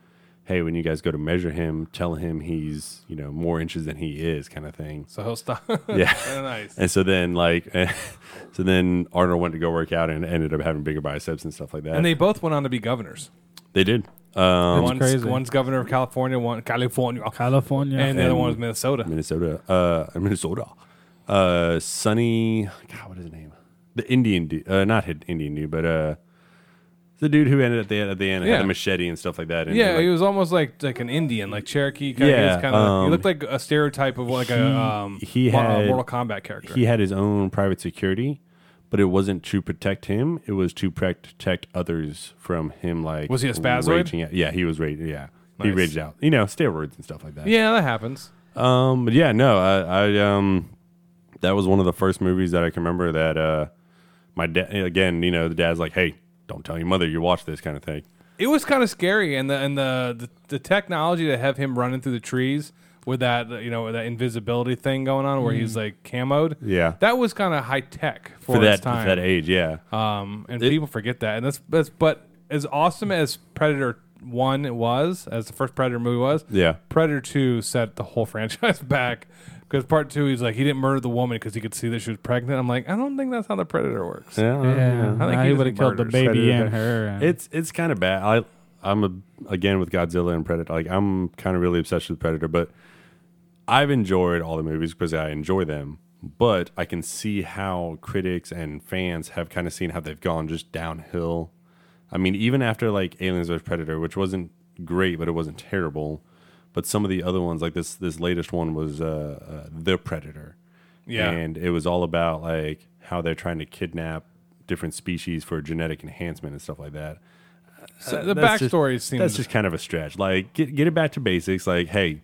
S5: "Hey, when you guys go to measure him, tell him he's you know more inches than he is," kind of thing.
S3: so he'll stop.
S5: Yeah.
S3: nice.
S5: And so then like, so then Arnold went to go work out and ended up having bigger biceps and stuff like that.
S3: And they both went on to be governors.
S5: they did. Um,
S3: one's,
S10: crazy.
S3: one's governor of California, one California,
S10: California.
S3: and the other
S5: And-
S3: one was Minnesota.
S5: Minnesota, uh, Minnesota, uh, Sonny. God, what is his name? The Indian dude, uh, not hit Indian dude, but uh, the dude who ended at the at the end had
S3: Yeah.
S5: a machete and stuff like that. And
S3: Yeah,
S5: like,
S3: he was almost like like an Indian, like Cherokee. Kind
S5: Yeah,
S3: of, kind of,
S5: um,
S3: he looked like a stereotype of like a um,
S5: he
S3: Mo- uh,
S5: had-
S3: Mortal Kombat character.
S5: he had his own private security, but it wasn't to protect him. It was to protect protect others from him. Like,
S3: Was he a spazoid?
S5: raging out- Yeah, he was raging. Yeah, he
S3: Nice.
S5: raged out. You know, steroids and stuff like that.
S3: yeah, that happens.
S5: Um, but yeah, no, I, I, um, that was one of the first movies that I can remember that, uh, my dad, again, you know, the dad's like, hey, don't tell your mother you watch this kind of thing.
S3: It was kind of scary, and the and the, the the technology to have him running through the trees with that uh, you know that invisibility thing going on, where he's like camoed.
S5: Yeah.
S3: that was kind of high tech for,
S5: For
S3: its
S5: that,
S3: time.
S5: for that age, yeah.
S3: Um, and people forget that, and that's that's but as awesome as Predator One was, as the first Predator movie was,
S5: Yeah.
S3: Predator Two set the whole franchise back because Part Two, he's like he didn't murder the woman because he could see that she was pregnant. I'm like, I don't think that's how the Predator works.
S5: yeah.
S4: uh,
S10: yeah,
S3: I think
S10: nah,
S3: he
S10: he
S3: just
S10: would have killed the
S3: murders.
S10: baby
S5: Predator.
S10: and her. and-
S5: It's, it's kind of bad. I, I'm a, again with Godzilla and Predator, like I'm kind of really obsessed with Predator, but I've enjoyed all the movies because I enjoy them, but I can see how critics and fans have kind of seen how they've gone just downhill. I mean, even after like Aliens vs Predator, which wasn't great, but it wasn't terrible. But some of the other ones, like this this latest one, was uh, uh, The Predator.
S3: Yeah.
S5: and it was all about like how they're trying to kidnap different species for genetic enhancement and stuff like that.
S3: So Uh, the
S5: That's just-
S3: backstory seems
S5: that's just kind of a stretch. Like get get it back to basics. Like hey,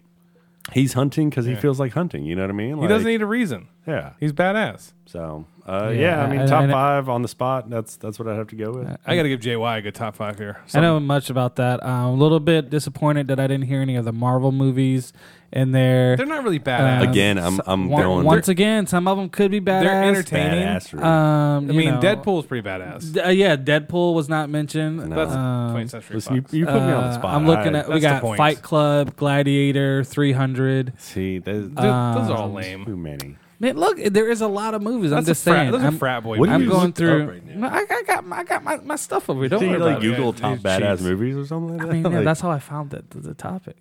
S5: he's hunting because he feels like hunting. You know what I mean?
S3: he doesn't e- need a reason.
S5: Yeah.
S3: He's badass.
S5: So, uh,
S3: Yeah,
S5: yeah, I mean,
S3: I-
S5: top
S3: I-
S5: five on the spot. That's that's what I'd have to go
S4: Uh,
S5: with.
S3: I got to give JY a good top five here.
S4: I know much about that. I'm a little bit disappointed that I didn't hear any of the Marvel movies in there.
S3: They're not really
S4: Uh,
S3: badass.
S5: Again, I'm- I'm
S4: um, one-
S5: going-
S4: once again. Some of them could be badass.
S3: They're entertaining.
S5: Badassery.
S4: Um,
S3: I
S4: you
S3: mean,
S4: know.
S3: Deadpool's pretty badass.
S4: D- uh, yeah, Deadpool was not mentioned.
S5: No. That's
S4: Um,
S3: 20th Century
S5: Listen, you,
S3: Fox.
S5: you put me on the
S4: uh,
S5: spot.
S4: I'm looking
S5: I-
S4: at. We
S3: that's the
S4: got
S3: point.
S4: Fight Club, Gladiator, 300.
S5: see those,
S4: Uh,
S3: Th- those
S4: Um,
S3: are all lame.
S5: too many.
S4: Man, look, there is a lot of movies. I'm
S3: That's a
S4: just
S3: frat-
S4: saying.
S3: those are
S4: I'm,
S3: frat boy
S5: What do
S4: I'm
S5: you
S4: going
S5: looked up
S4: through.
S5: right now?
S4: No, I, I got, my- I got my, my stuff over here. Don't
S5: Did
S4: worry
S5: you like
S4: about it.
S5: Google
S3: These
S5: top badass
S3: cheats.
S5: movies or something like
S4: I
S5: that?
S4: mean, yeah,
S5: Like,
S4: that's how I found the, the, the topic.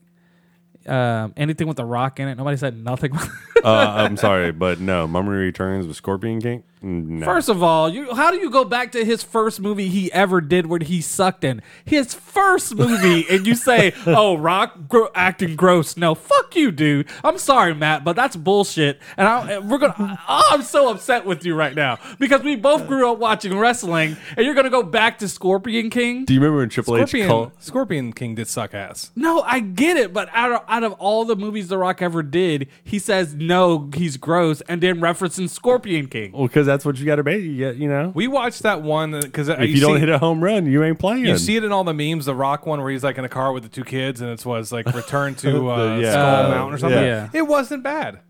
S4: Um, anything with the rock in it. Nobody said nothing.
S5: uh, I'm sorry, but no, Mummy Returns with Scorpion King. No.
S4: First of all, you how do you go back to his first movie he ever did where he sucked in his first movie and you say, "Oh, Rock gro- acting gross." No, fuck you, dude. I'm sorry, Matt, but that's bullshit. And I, and we're gonna. Oh, I'm so upset with you right now because we both grew up watching wrestling, and you're gonna go back to Scorpion King.
S5: do you remember when Triple H
S3: Scorpion,
S5: called?
S3: Scorpion King did suck ass.
S4: No, I get it, but out of, out of all the movies The Rock ever did, he says no, he's gross, and then referencing Scorpion King.
S5: Well, because that's what you got to be. You, get, you know,
S3: We watched that one because
S5: if you, don't hit a home run, you ain't playing.
S3: You see it in all the memes, the Rock one where he's like in a car with the two kids, and it was like Return to uh,
S5: yeah.
S3: Skull
S5: Uh,
S3: Mountain or something.
S4: Oh, yeah.
S3: It wasn't bad.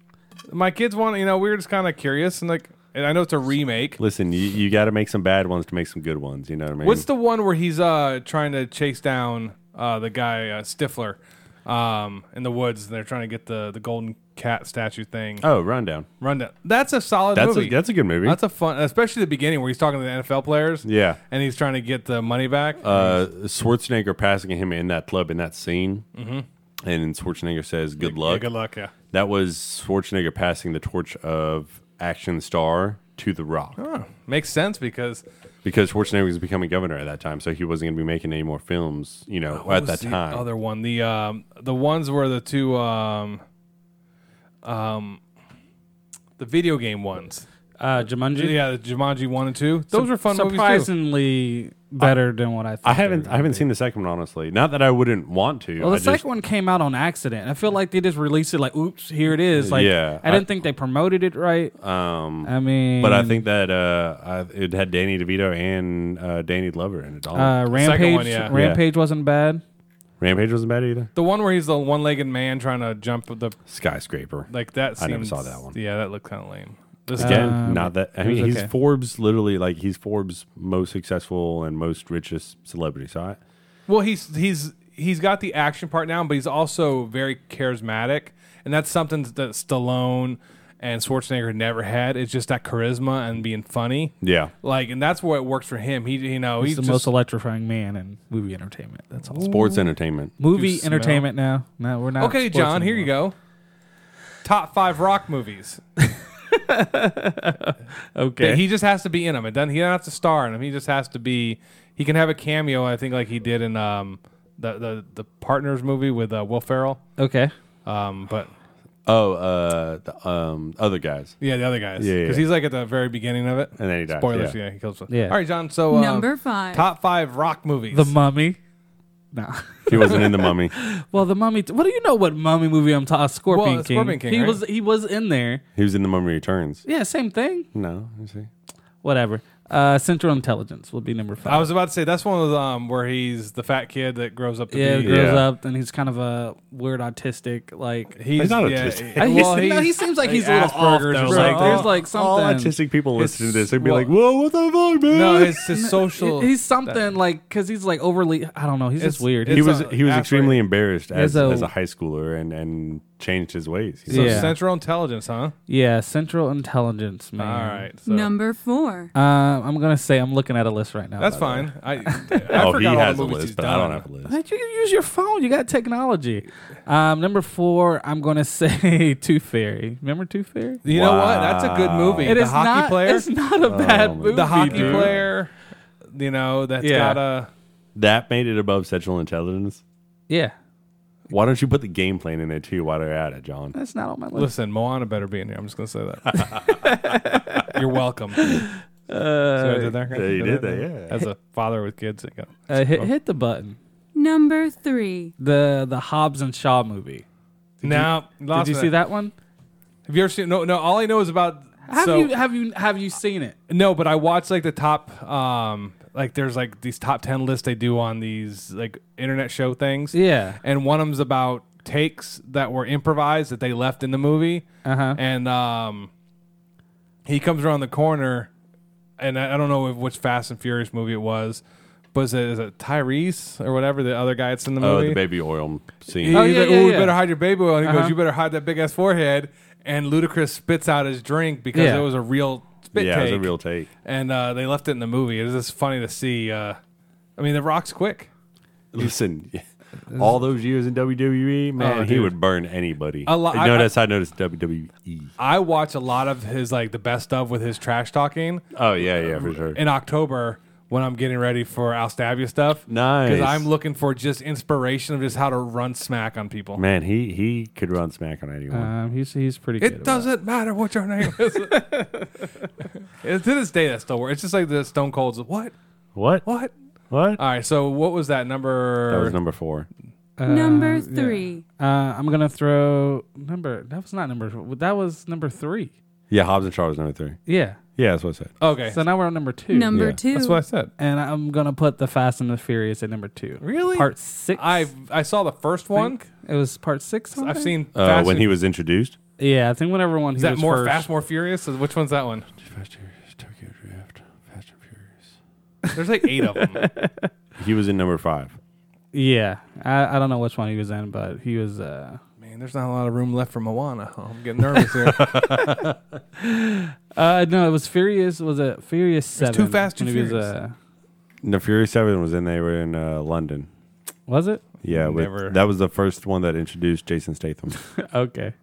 S3: My kids want, you know, we were just kind of curious, and like, and I know it's a remake.
S5: Listen, you, you got to make some bad ones to make some good ones. You know what I mean?
S3: What's the one where he's uh trying to chase down uh the guy uh, Stifler, um in the woods, and they're trying to get the the golden cat statue thing.
S5: oh rundown?
S3: Run down. That's a solid
S5: That's
S3: movie.
S5: a that's a good movie.
S3: That's a fun, especially the beginning where he's talking to the NFL players.
S5: Yeah.
S3: and he's trying to get the money back.
S5: uh, Schwarzenegger passing him in that club in that scene, mm-hmm. and Schwarzenegger says, "Good
S3: Yeah,
S5: luck."
S3: good luck. Yeah.
S5: That was Schwarzenegger passing the torch of action star to The Rock
S3: Makes sense because
S5: because Schwarzenegger was becoming governor at that time, so he wasn't going to be making any more films. You know,
S4: Oh,
S3: What
S5: Oh, at
S3: was
S5: that
S3: the
S5: time.
S3: Other one, the um, the ones where the two um, um, the video game ones.
S4: Uh, Jumanji.
S3: Yeah, the Jumanji one and two. Those were fun movies too.
S4: surprisingly better than what I. Thought
S5: I haven't I haven't seen the second one honestly. Not that I wouldn't want to.
S4: Well,
S5: I
S4: the
S5: just-
S4: second one came out on accident. I feel like they just released it like, oops, here it is. Like,
S5: Yeah,
S4: I didn't
S5: I-
S4: think they promoted it right.
S5: um,
S4: I mean,
S5: but I think that uh, I, it had Danny DeVito and uh, Danny Glover in it. All.
S4: uh,
S3: second
S4: Rampage,
S3: one, yeah.
S4: Rampage wasn't bad.
S5: Rampage wasn't bad either.
S3: The one where he's the one-legged man trying to jump the
S5: Skyscraper.
S3: like that.
S5: I never
S3: seems-
S5: saw that one.
S3: Yeah, that looked kind of lame. This
S5: Again,
S4: Um,
S5: not that. I
S4: it was
S5: mean, he's
S4: okay.
S5: Forbes literally like he's Forbes' most successful and most richest celebrity. So I,
S3: Well, he's he's he's got the action part now, but he's also very charismatic, and that's something that Stallone and Schwarzenegger never had. It's just that charisma and being funny.
S5: yeah,
S3: Like, and that's what works for him. He, you know,
S4: He's
S3: he's,
S4: the
S3: just,
S4: most electrifying man in movie entertainment. That's all.
S5: sports entertainment.
S3: You
S4: Movie
S3: smell-
S4: entertainment now. No, we're not.
S3: okay,
S4: sports
S3: John. Here you
S4: anymore.
S3: go. Top five rock movies.
S4: Okay.
S3: He just has to be in them. It doesn't. He doesn't have to star in them. He just has to be. He can have a cameo. I think like he did in um the the, the Partners movie with uh, Will Ferrell.
S4: okay.
S3: Um, but
S5: Oh, uh, the, um, other guys.
S3: yeah, the other guys.
S5: Yeah, yeah,
S3: because
S5: yeah.
S3: he's like at the very beginning of it.
S5: And then he dies,
S3: Spoilers.
S5: yeah.
S3: he kills. him.
S4: Yeah.
S3: All right, John. So um,
S9: Number five.
S3: Top five rock movies.
S4: The Mummy. Nah.
S5: He wasn't in the Mummy.
S4: Well, the Mummy. T- what do you know? What Mummy movie I'm talking? Scorpion
S3: Well,
S4: King.
S3: Scorpion King,
S4: He
S3: right?
S4: was. He was in there.
S5: He was in the Mummy Returns.
S4: Yeah. Same thing.
S5: No, you see.
S4: Whatever. Uh, Central Intelligence will be number five.
S3: I was about to say that's one of um where he's the fat kid that grows up to
S4: yeah,
S3: be.
S4: grows
S5: Yeah.
S4: up and he's kind of a weird autistic like
S3: He's,
S5: not
S3: yeah,
S5: autistic.
S3: well,
S4: He's- no, he
S3: he's-
S4: seems like
S3: like
S4: he's a little off
S3: Asperger's or
S4: though. Like,
S3: something.
S4: there's like
S5: All
S4: something.
S5: autistic people listen to this. They'd be
S3: well-
S5: like, "Whoa, what the fuck, man?"
S3: no, his, his social.
S4: He- He's something like because he's like overly. I don't know. He's
S3: It's-
S4: just weird.
S3: it's
S5: he was
S3: a-
S5: he was
S3: athlete.
S5: extremely embarrassed as,
S4: a-
S5: as a high schooler and and changed his ways.
S3: So
S4: Yeah.
S3: Central Intelligence, huh?
S4: yeah, Central Intelligence man.
S3: All right. So.
S9: Number four.
S4: Uh, I'm gonna say I'm looking at a list right now.
S3: That's
S4: by the way.
S3: fine. I, I
S5: oh,
S3: forgot
S5: he
S3: all
S5: has
S3: the
S5: a
S3: movies
S5: list,
S3: he's
S5: but
S3: done.
S5: I don't have a list.
S4: Hey, You can use your phone. You got technology. Um, number four, I'm gonna say Tooth Fairy. Remember Tooth Fairy?
S3: You know what? That's a good
S5: Wow.
S3: movie.
S4: It
S3: the
S4: is
S3: hockey
S4: not.
S3: player.
S4: It's not a bad
S5: my
S4: movie.
S3: the hockey
S4: dude.
S3: player. You know that's
S4: Yeah.
S3: got a.
S5: That made it above sexual intelligence.
S4: Yeah,
S5: Why don't you put the game plan in there too? While they're at it, John.
S4: that's not on my list.
S3: Listen, Moana better be in here. I'm just gonna say that. You're welcome. See
S4: Uh,
S3: what I did there?
S5: Yeah, you did that, yeah.
S3: As a father with kids, I got-
S4: Uh,
S3: Oh.
S4: hit, hit the button.
S9: Number three.
S4: The the Hobbs and Shaw movie.
S3: now,
S4: Did you see that one?
S3: Have Have you ever seen? No, no. All I know is about.
S4: Have
S3: so-
S4: you have you have you seen it?
S3: No, but I watch like the top, um, like there's like these top ten lists they do on these like internet show things.
S4: Yeah.
S3: and one of them's about takes that were improvised that they left in the movie.
S4: Uh-huh.
S3: And um, he comes around the corner, and I, I don't know if, which Fast and Furious movie it was. Was it, is it Tyrese or whatever the other guy that's in the
S5: Oh,
S3: movie?
S5: the baby oil scene.
S3: He's
S4: Oh, yeah,
S3: like,
S4: yeah,
S3: "Ooh, you
S4: yeah.
S3: better hide your baby oil. And he
S4: Uh-huh.
S3: goes, you better hide that big ass forehead. And Ludacris spits out his drink because
S5: Yeah.
S3: it was a real spit
S5: yeah,
S3: take.
S5: it was a real take.
S3: And uh, they left it in the movie. It was just funny to see. Uh, I mean, The Rock's quick.
S5: Listen, all those years in WWE, man, he
S3: Oh, dude.
S5: would burn anybody.
S3: A lot-
S5: you know,
S3: I-
S5: that's how I noticed E. WWE.
S3: I watch a lot of his like the best of with his trash talking
S5: Oh yeah, yeah, for sure.
S3: in October when I'm getting ready for I'll stab you stuff.
S5: Nice.
S3: I'm looking for just inspiration of just how to run smack on people.
S5: Man, he he could run smack on anyone.
S10: Um, he's he's pretty good.
S3: It
S10: about
S3: doesn't matter what your name is. It's- to this day, that still works. It's just like the Stone Cold's. What?
S5: what? What?
S3: What? All right. So what was that number?
S5: That was number four.
S9: number three.
S4: Uh, I'm gonna throw number. That was not number. That was number three.
S5: Yeah, Hobbs and Shaw was number three.
S4: Yeah.
S5: Yeah, that's what I said.
S3: okay.
S4: So now we're on number two.
S9: Number
S5: Yeah.
S9: two.
S3: that's what I said.
S4: And I'm gonna put the Fast and the Furious at number two.
S3: Really?
S4: Part six.
S3: I I saw the first one.
S4: think. It was part six.
S3: I've
S4: something?
S3: seen
S5: Uh,
S3: Fast
S5: when
S3: and-
S5: he was introduced,
S4: Yeah, I think whenever one.
S3: Is that more Fast, More Furious? Or Which one's that one?
S5: Fast Furious, Tokyo Drift, Fast and Furious.
S3: There's like eight of them.
S5: He was in number five.
S4: Yeah, I, I don't know which one he was in, but he was. Uh,
S3: Man, there's not a lot of room left for Moana. Oh, I'm getting nervous here.
S4: uh no, it was Furious. Was it Furious Seven?
S3: Too Fast, Too
S4: when he was,
S3: Furious.
S4: uh,
S5: No, Fury Seven was in. They were in uh, London.
S4: was it?
S5: Yeah, with-
S3: Never.
S5: that was the first one that introduced Jason Statham.
S4: okay.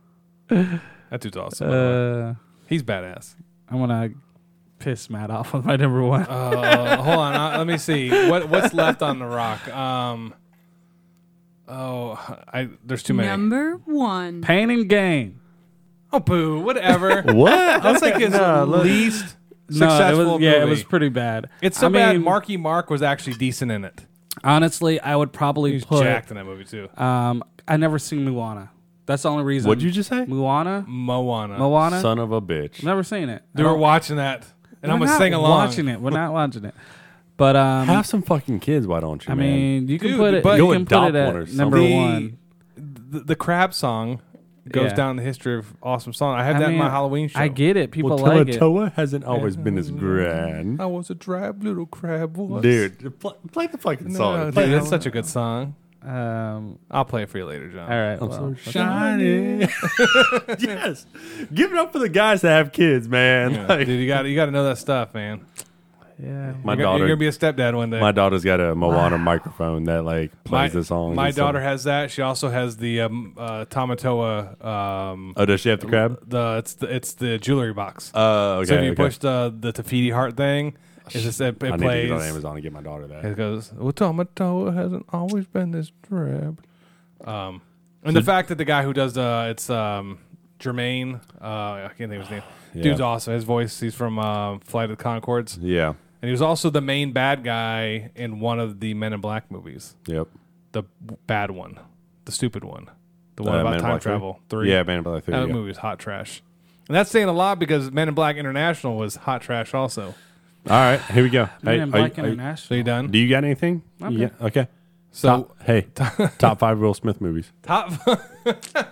S3: That dude's awesome. by the way.
S4: Uh,
S3: He's badass.
S4: I'm gonna piss Matt off with my number one.
S3: Uh, hold on, uh, let me see what what's left on the rock. Um, oh, I there's too many.
S9: Number one.
S4: Pain and Gain.
S3: Oh, boo, whatever.
S5: what?
S3: That's like his least successful
S4: no, it was, yeah, it
S3: movie.
S4: was pretty bad.
S3: It's so
S4: I
S3: bad.
S4: mean,
S3: Marky Mark was actually decent in it.
S4: Honestly, I would probably
S3: He's
S4: put.
S3: jacked in that movie too.
S4: Um, I never seen Moana. That's the only reason.
S5: What'd you just say? uh,
S4: Moana?
S3: Moana.
S4: Moana?
S5: Son of a bitch.
S4: never seen it.
S3: They were watching that, and I'm
S4: We're
S3: gonna
S4: not
S3: sing along.
S4: Watching it, we're not watching it. But um,
S5: Have some fucking kids, why don't you?
S4: I
S5: man?
S4: mean, you can
S3: Dude,
S4: put it.
S3: but-
S4: you
S5: Go
S4: can put
S5: adopt
S4: it at
S5: one or
S4: number
S5: something.
S4: one.
S3: the, the crab song goes
S4: Yeah.
S3: down the history of awesome song. I had
S4: I
S3: that in my
S4: mean,
S3: Halloween show.
S4: I get it. People
S5: well,
S4: like it.
S5: Toa hasn't always been as grand,
S3: I was a drab little crab once.
S5: dude. Play, play the fucking
S3: No,
S5: song.
S3: dude,
S5: Play
S3: that's such a good song.
S4: Um,
S5: Oh.
S3: I'll play it for you later, John.
S4: all right. well,
S5: so shiny. yes, give it up for the guys that have kids, man.
S3: Yeah,
S5: Like,
S3: dude, you got you got to know that stuff, man.
S5: my
S4: yeah.
S3: You're, gonna-
S5: daughter,
S3: you're gonna be a stepdad one day.
S5: my daughter's got a Moana microphone that like plays the song.
S3: my
S5: and stuff.
S3: daughter has that. She also has the um, uh, Tomatoa. Um,
S5: Oh, does she have the crab?
S3: the it's the it's the jewelry box.
S5: Uh, okay.
S3: so if you
S5: okay.
S3: push the the Tafiti heart thing, it's just, it,
S5: I need
S3: it
S5: to
S3: plays.
S5: get on Amazon and get my daughter that.
S3: It goes, well, Tomatoa hasn't always been this drab. Um, and the fact that the guy who does the, it's um, Jermaine, uh, I can't think of his name. Dude's
S5: Yeah.
S3: awesome. His voice, he's from uh, Flight of the Concords. And
S5: Yeah.
S3: he was also the main bad guy in one of the Men in Black movies.
S5: Yep.
S3: The bad one. The stupid one. The one
S5: Uh, Men
S3: about
S5: in
S3: time
S5: Black three?
S3: travel. Three.
S5: Yeah, Man in Black Three.
S3: That
S5: yeah.
S3: movie was hot trash. And that's saying a lot because Men in Black International was hot trash also.
S5: All right, here we go. Hey,
S4: Men in
S5: are you-
S4: Black
S5: are you-
S3: So
S4: International.
S3: you done?
S5: do you got anything? Yeah. Okay.
S3: so
S5: Top- hey, top five Will Smith movies.
S3: top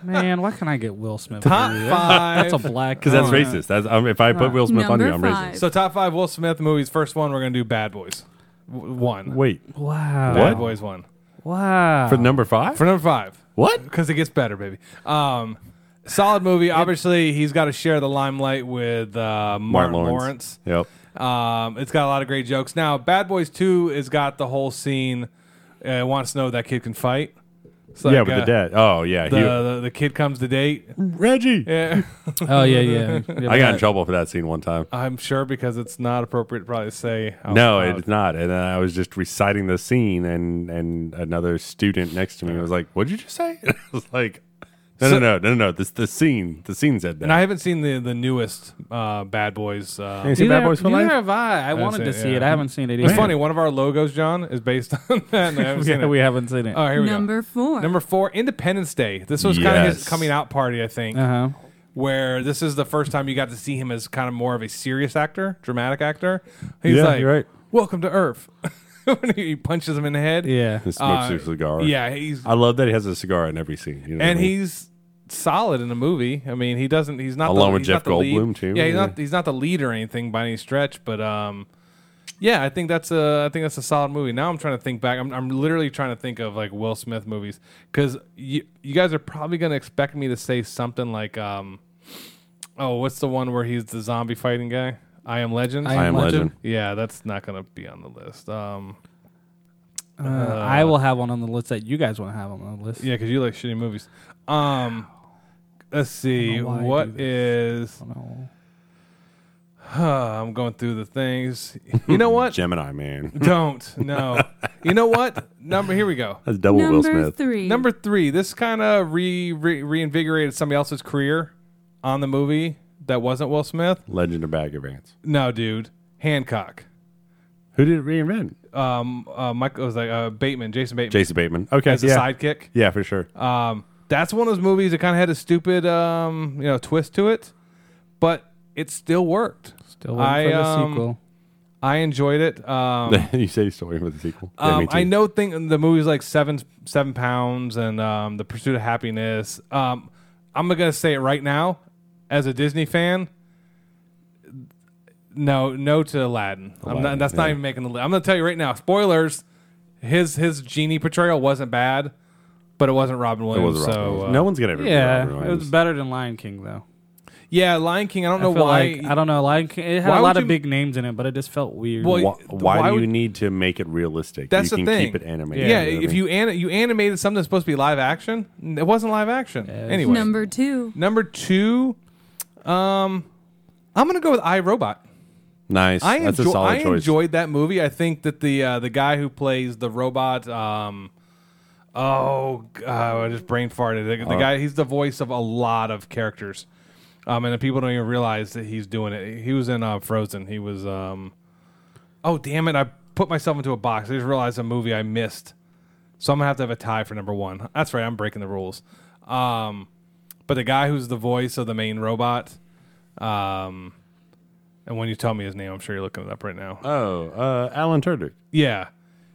S4: Man, why can't I get Will Smith?
S3: Top
S4: movie?
S3: five.
S4: That's a black.
S5: Because that's racist. That's um, if I put Will Smith on you,
S9: Number
S5: I'm
S9: five.
S5: racist.
S3: So top five Will Smith movies. First one we're gonna do Bad Boys. W- One.
S5: Wait,
S4: Wow.
S5: What?
S3: Bad Boys one.
S4: Wow.
S5: for number five?
S3: For number five,
S5: what?
S3: because it gets better, baby. Um, solid movie. Obviously, he's got to share the limelight with uh, Martin, Lawrence.
S5: Yep.
S3: Um, it's got a lot of great jokes. Now, Bad Boys two has got the whole scene. Uh, wants to know if that kid can fight. So
S5: yeah, with the dad. Oh yeah.
S3: The,
S5: he-
S3: the, the kid comes to date. Eh,
S5: Reggie.
S3: Yeah,
S4: Oh yeah, yeah. yeah
S5: I got in
S4: that-
S5: trouble for that scene one time.
S3: I'm sure because it's not appropriate probably to say. out
S5: no,
S3: loud.
S5: it's not. And then I was just reciting the scene, and and another student next to me was like, "What'd you just say?" I was like, "No,
S3: So-
S5: no, no, no, no. This the scene. The scene said that."
S3: And I haven't seen the the newest uh, Bad Boys. Uh,
S5: You seen
S4: Neither,
S5: Bad Boys for
S4: neither
S5: Life?
S4: have I. I wanted to
S3: it,
S4: see
S3: yeah.
S4: it. I haven't seen it.
S3: It's
S4: either.
S3: funny. One of our logos, John, is based on that. and I haven't seen
S4: Yeah,
S3: it.
S4: we haven't seen it.
S3: Oh, here we
S9: number
S3: go.
S9: four.
S3: Number four, Independence Day. This was kind of his
S5: Yes.
S10: Uh-huh.
S3: coming out party, I think.
S4: Uh huh.
S3: where this is the first time you got to see him as kind of more of a serious actor, dramatic actor. He's
S5: Yeah,
S3: like,
S5: you're right.
S3: "Welcome to Earth." when he punches him in the head.
S10: Yeah.
S5: He smokes
S3: Uh,
S5: a cigar.
S3: Yeah, he's
S5: I love that he has a cigar in every scene. You know
S3: and
S5: what I mean?
S3: he's solid in the movie. I mean, he doesn't. He's not
S5: Along
S3: the,
S5: with
S3: he's
S5: Jeff
S3: not the lead.
S5: Goldblum, too,
S3: Yeah, he's
S5: yeah.
S3: not. He's not the lead or anything by any stretch. But um, yeah, I think that's a. I think that's a solid movie. Now I'm trying to think back. I'm, I'm literally trying to think of like Will Smith movies because you you guys are probably gonna expect me to say something like um, oh, what's the one where he's the zombie fighting guy? I am Legend.
S5: I am legend.
S3: yeah, that's not gonna be on the list. Um,
S10: Uh, I will have one on the list that you guys want to have on the list.
S3: yeah, because you like shitty movies. Um, let's see,
S10: why I do
S3: what is?
S10: No.
S3: Uh, I'm going through the things. You know what?
S5: Gemini man.
S3: Don't. No. You know what? Number here we go.
S5: That's double Will
S9: Number
S5: Smith.
S9: three.
S3: Number 3. This kind of re, re reinvigorated somebody else's career on the movie that wasn't Will Smith.
S5: Legend of Bagger Vance.
S3: No, dude. Hancock.
S5: Who did it reinvent?
S3: Um uh Michael was like uh Bateman, Jason Bateman
S5: Jason Bateman. Okay.
S3: as a
S5: yeah.
S3: sidekick.
S5: Yeah, for sure.
S3: Um, that's one of those movies that kind of had a stupid, um, you know, twist to it, but it still worked.
S10: Still waiting for
S3: I,
S10: the
S3: um,
S10: sequel.
S3: I enjoyed it. Um,
S5: you say you're still waiting for the sequel. Yeah,
S3: Um,
S5: me
S3: I
S5: too.
S3: know thing the movies like seven seven pounds and um, the pursuit of happiness. Um, I'm gonna say it right now, as a Disney fan. No, no to Aladdin. I'm not,
S5: Aladdin,
S3: that's not
S5: yeah.
S3: even making the list. I'm gonna tell you right now. Spoilers. His his genie portrayal wasn't bad, but it wasn't Robin
S5: It
S3: Williams.
S5: was
S3: so
S5: so,
S3: uh,
S5: no one's gonna ever. be Robin
S10: Yeah, it
S5: Williams.
S10: was better than Lion King though.
S3: yeah, Lion King. I don't
S10: I
S3: know
S10: feel
S3: why.
S10: like I don't know. Lion King. It had
S3: Why
S10: a
S3: would
S10: lot of
S3: you-
S10: big names in it, but it just felt weird.
S3: Well,
S5: Why, why, do
S3: why
S5: you
S3: would-
S5: need to make it realistic?
S3: That's
S5: you can
S3: the thing.
S5: keep it animated.
S3: yeah,
S5: you know what I
S3: if
S5: mean?
S3: you an, you animated something that's supposed to be live action, it wasn't live action. anyway,
S9: Number two.
S3: Number two, um, I'm gonna go with iRobot.
S5: nice,
S3: I,
S5: that's
S3: enjoy-
S5: a solid
S3: I
S5: choice.
S3: enjoyed that movie. I think that the uh, the guy who plays the robot, um, oh, God, I just brain farted. The,
S5: Uh.
S3: the guy, he's the voice of a lot of characters, um, and the people don't even realize that he's doing it. He was in uh, Frozen. He was, um, oh damn it, I put myself into a box. I just realized a movie I missed, so I'm gonna have to have a tie for number one. That's right, I'm breaking the rules. Um, but the guy who's the voice of the main robot, um. And when you tell me his name, I'm sure you're looking it up right now.
S5: oh, uh, Alan Tudyk.
S3: yeah,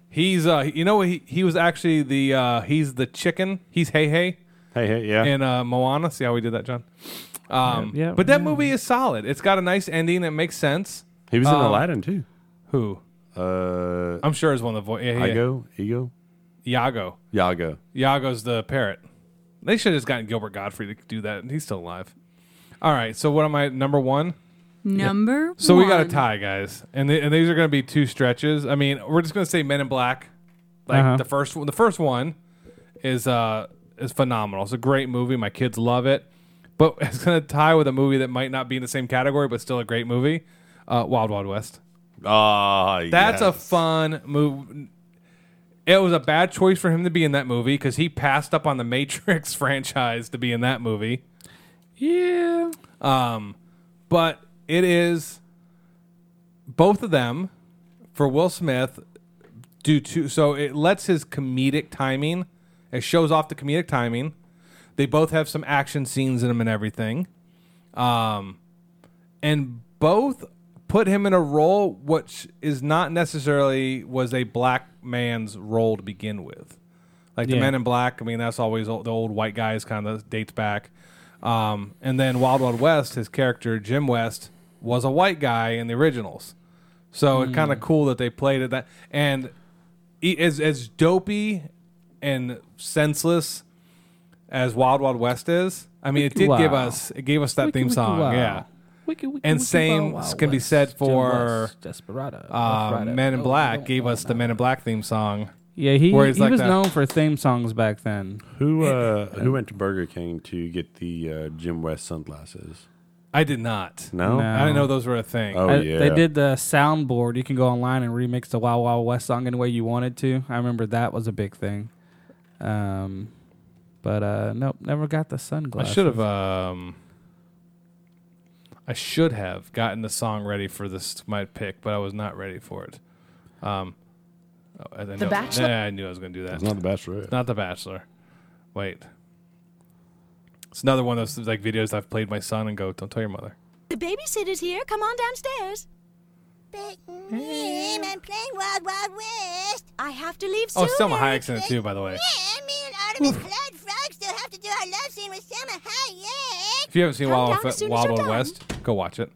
S3: he's uh, you know, he he was actually the uh, he's the chicken. He's Hey Hey
S5: Hey, hey, yeah.
S3: in uh, Moana. See how we did that, John? Um,
S10: Yeah, Mm-hmm. yeah,
S3: but that
S10: yeah.
S3: movie is solid. It's got a nice ending. It makes sense.
S5: he was in
S3: um,
S5: Aladdin too.
S3: Who?
S5: Uh,
S3: I'm sure is one of the voice. Yeah, yeah.
S5: Igo, Ego,
S3: Iago.
S5: Yago.
S3: Iago's the parrot. They should have just gotten Gilbert Godfrey to do that. He's still alive. All right. So what am I number one?
S9: Number.
S3: So we got a
S9: one.
S3: tie, guys, and th- and these are going to be two stretches. I mean, we're just going to say Men in Black, like
S10: Uh-huh.
S3: the first one. The first one is uh is phenomenal. It's a great movie. My kids love it, but it's going to tie with a movie that might not be in the same category, but still a great movie. Uh, Wild Wild West.
S5: Ah,
S3: That's a
S5: yes.
S3: fun movie. It was a bad choice for him to be in that movie because he passed up on the Matrix franchise to be in that movie. Um,
S10: yeah,
S3: but it is both of them for Will Smith due to so it lets his comedic timing it shows off the comedic timing they both have some action scenes in them and everything um and both put him in a role which is not necessarily was a black man's role to begin with like the
S10: Yeah.
S3: men in black i mean that's always old, the old white guys kind of dates back um, and then wild wild west his character jim west was a white guy in the originals so
S10: Hmm.
S3: it's kind of cool that they played it that and e- as as dopey and senseless as Wild Wild West is. I mean, it did give
S10: Wow.
S3: us it gave us that theme song, yeah.
S10: Wiki, wiki,
S3: And
S10: wiki,
S3: same
S10: wow, wow,
S3: can be
S10: West,
S3: said
S10: Jim
S3: for,
S10: West, Desperado, Rough
S3: Uh,
S10: Rider.
S3: Men in
S10: Oh,
S3: Black
S10: oh,
S3: gave
S10: oh,
S3: us the
S10: no.
S3: Men in Black theme song.
S10: Yeah, he, he
S3: Where he's like
S10: was
S3: that.
S10: known for theme songs back then.
S5: Who uh, who went to Burger King to get the uh, Jim West sunglasses?
S3: I did not.
S5: No,
S10: No.
S3: I didn't know those were a thing.
S5: Oh
S10: I-
S5: yeah,
S10: They did the soundboard. You can go online and remix the Wow Wow West song any way you wanted to. I remember that was a big thing. Um, but uh, nope, never got the
S3: I
S10: sunglasses.
S3: should have. Um, I should have gotten the song ready for this my pick, but I was not ready for it. Um, oh, I, I know-
S1: Bachelor?
S3: Yeah, I knew I was going to do that.
S5: It's not the Bachelorette.
S3: Not The Bachelor. Wait. It's another one of those like videos I've played my son and go, "Don't tell your mother."
S11: The babysitter's here. Come on downstairs. But Mom, I'm playing Wild Wild West. I have to leave soon.
S3: Oh, Selma Hayek's in it too, by the way.
S11: Yeah, me and Artemis Blood Frog still have to do our love scene with Selma Hayek.
S3: If you haven't seen
S11: Come
S3: Wild
S11: down as
S3: Wild,
S11: soon as
S3: Wild,
S11: you're
S3: Wild
S11: done.
S3: West, go watch it.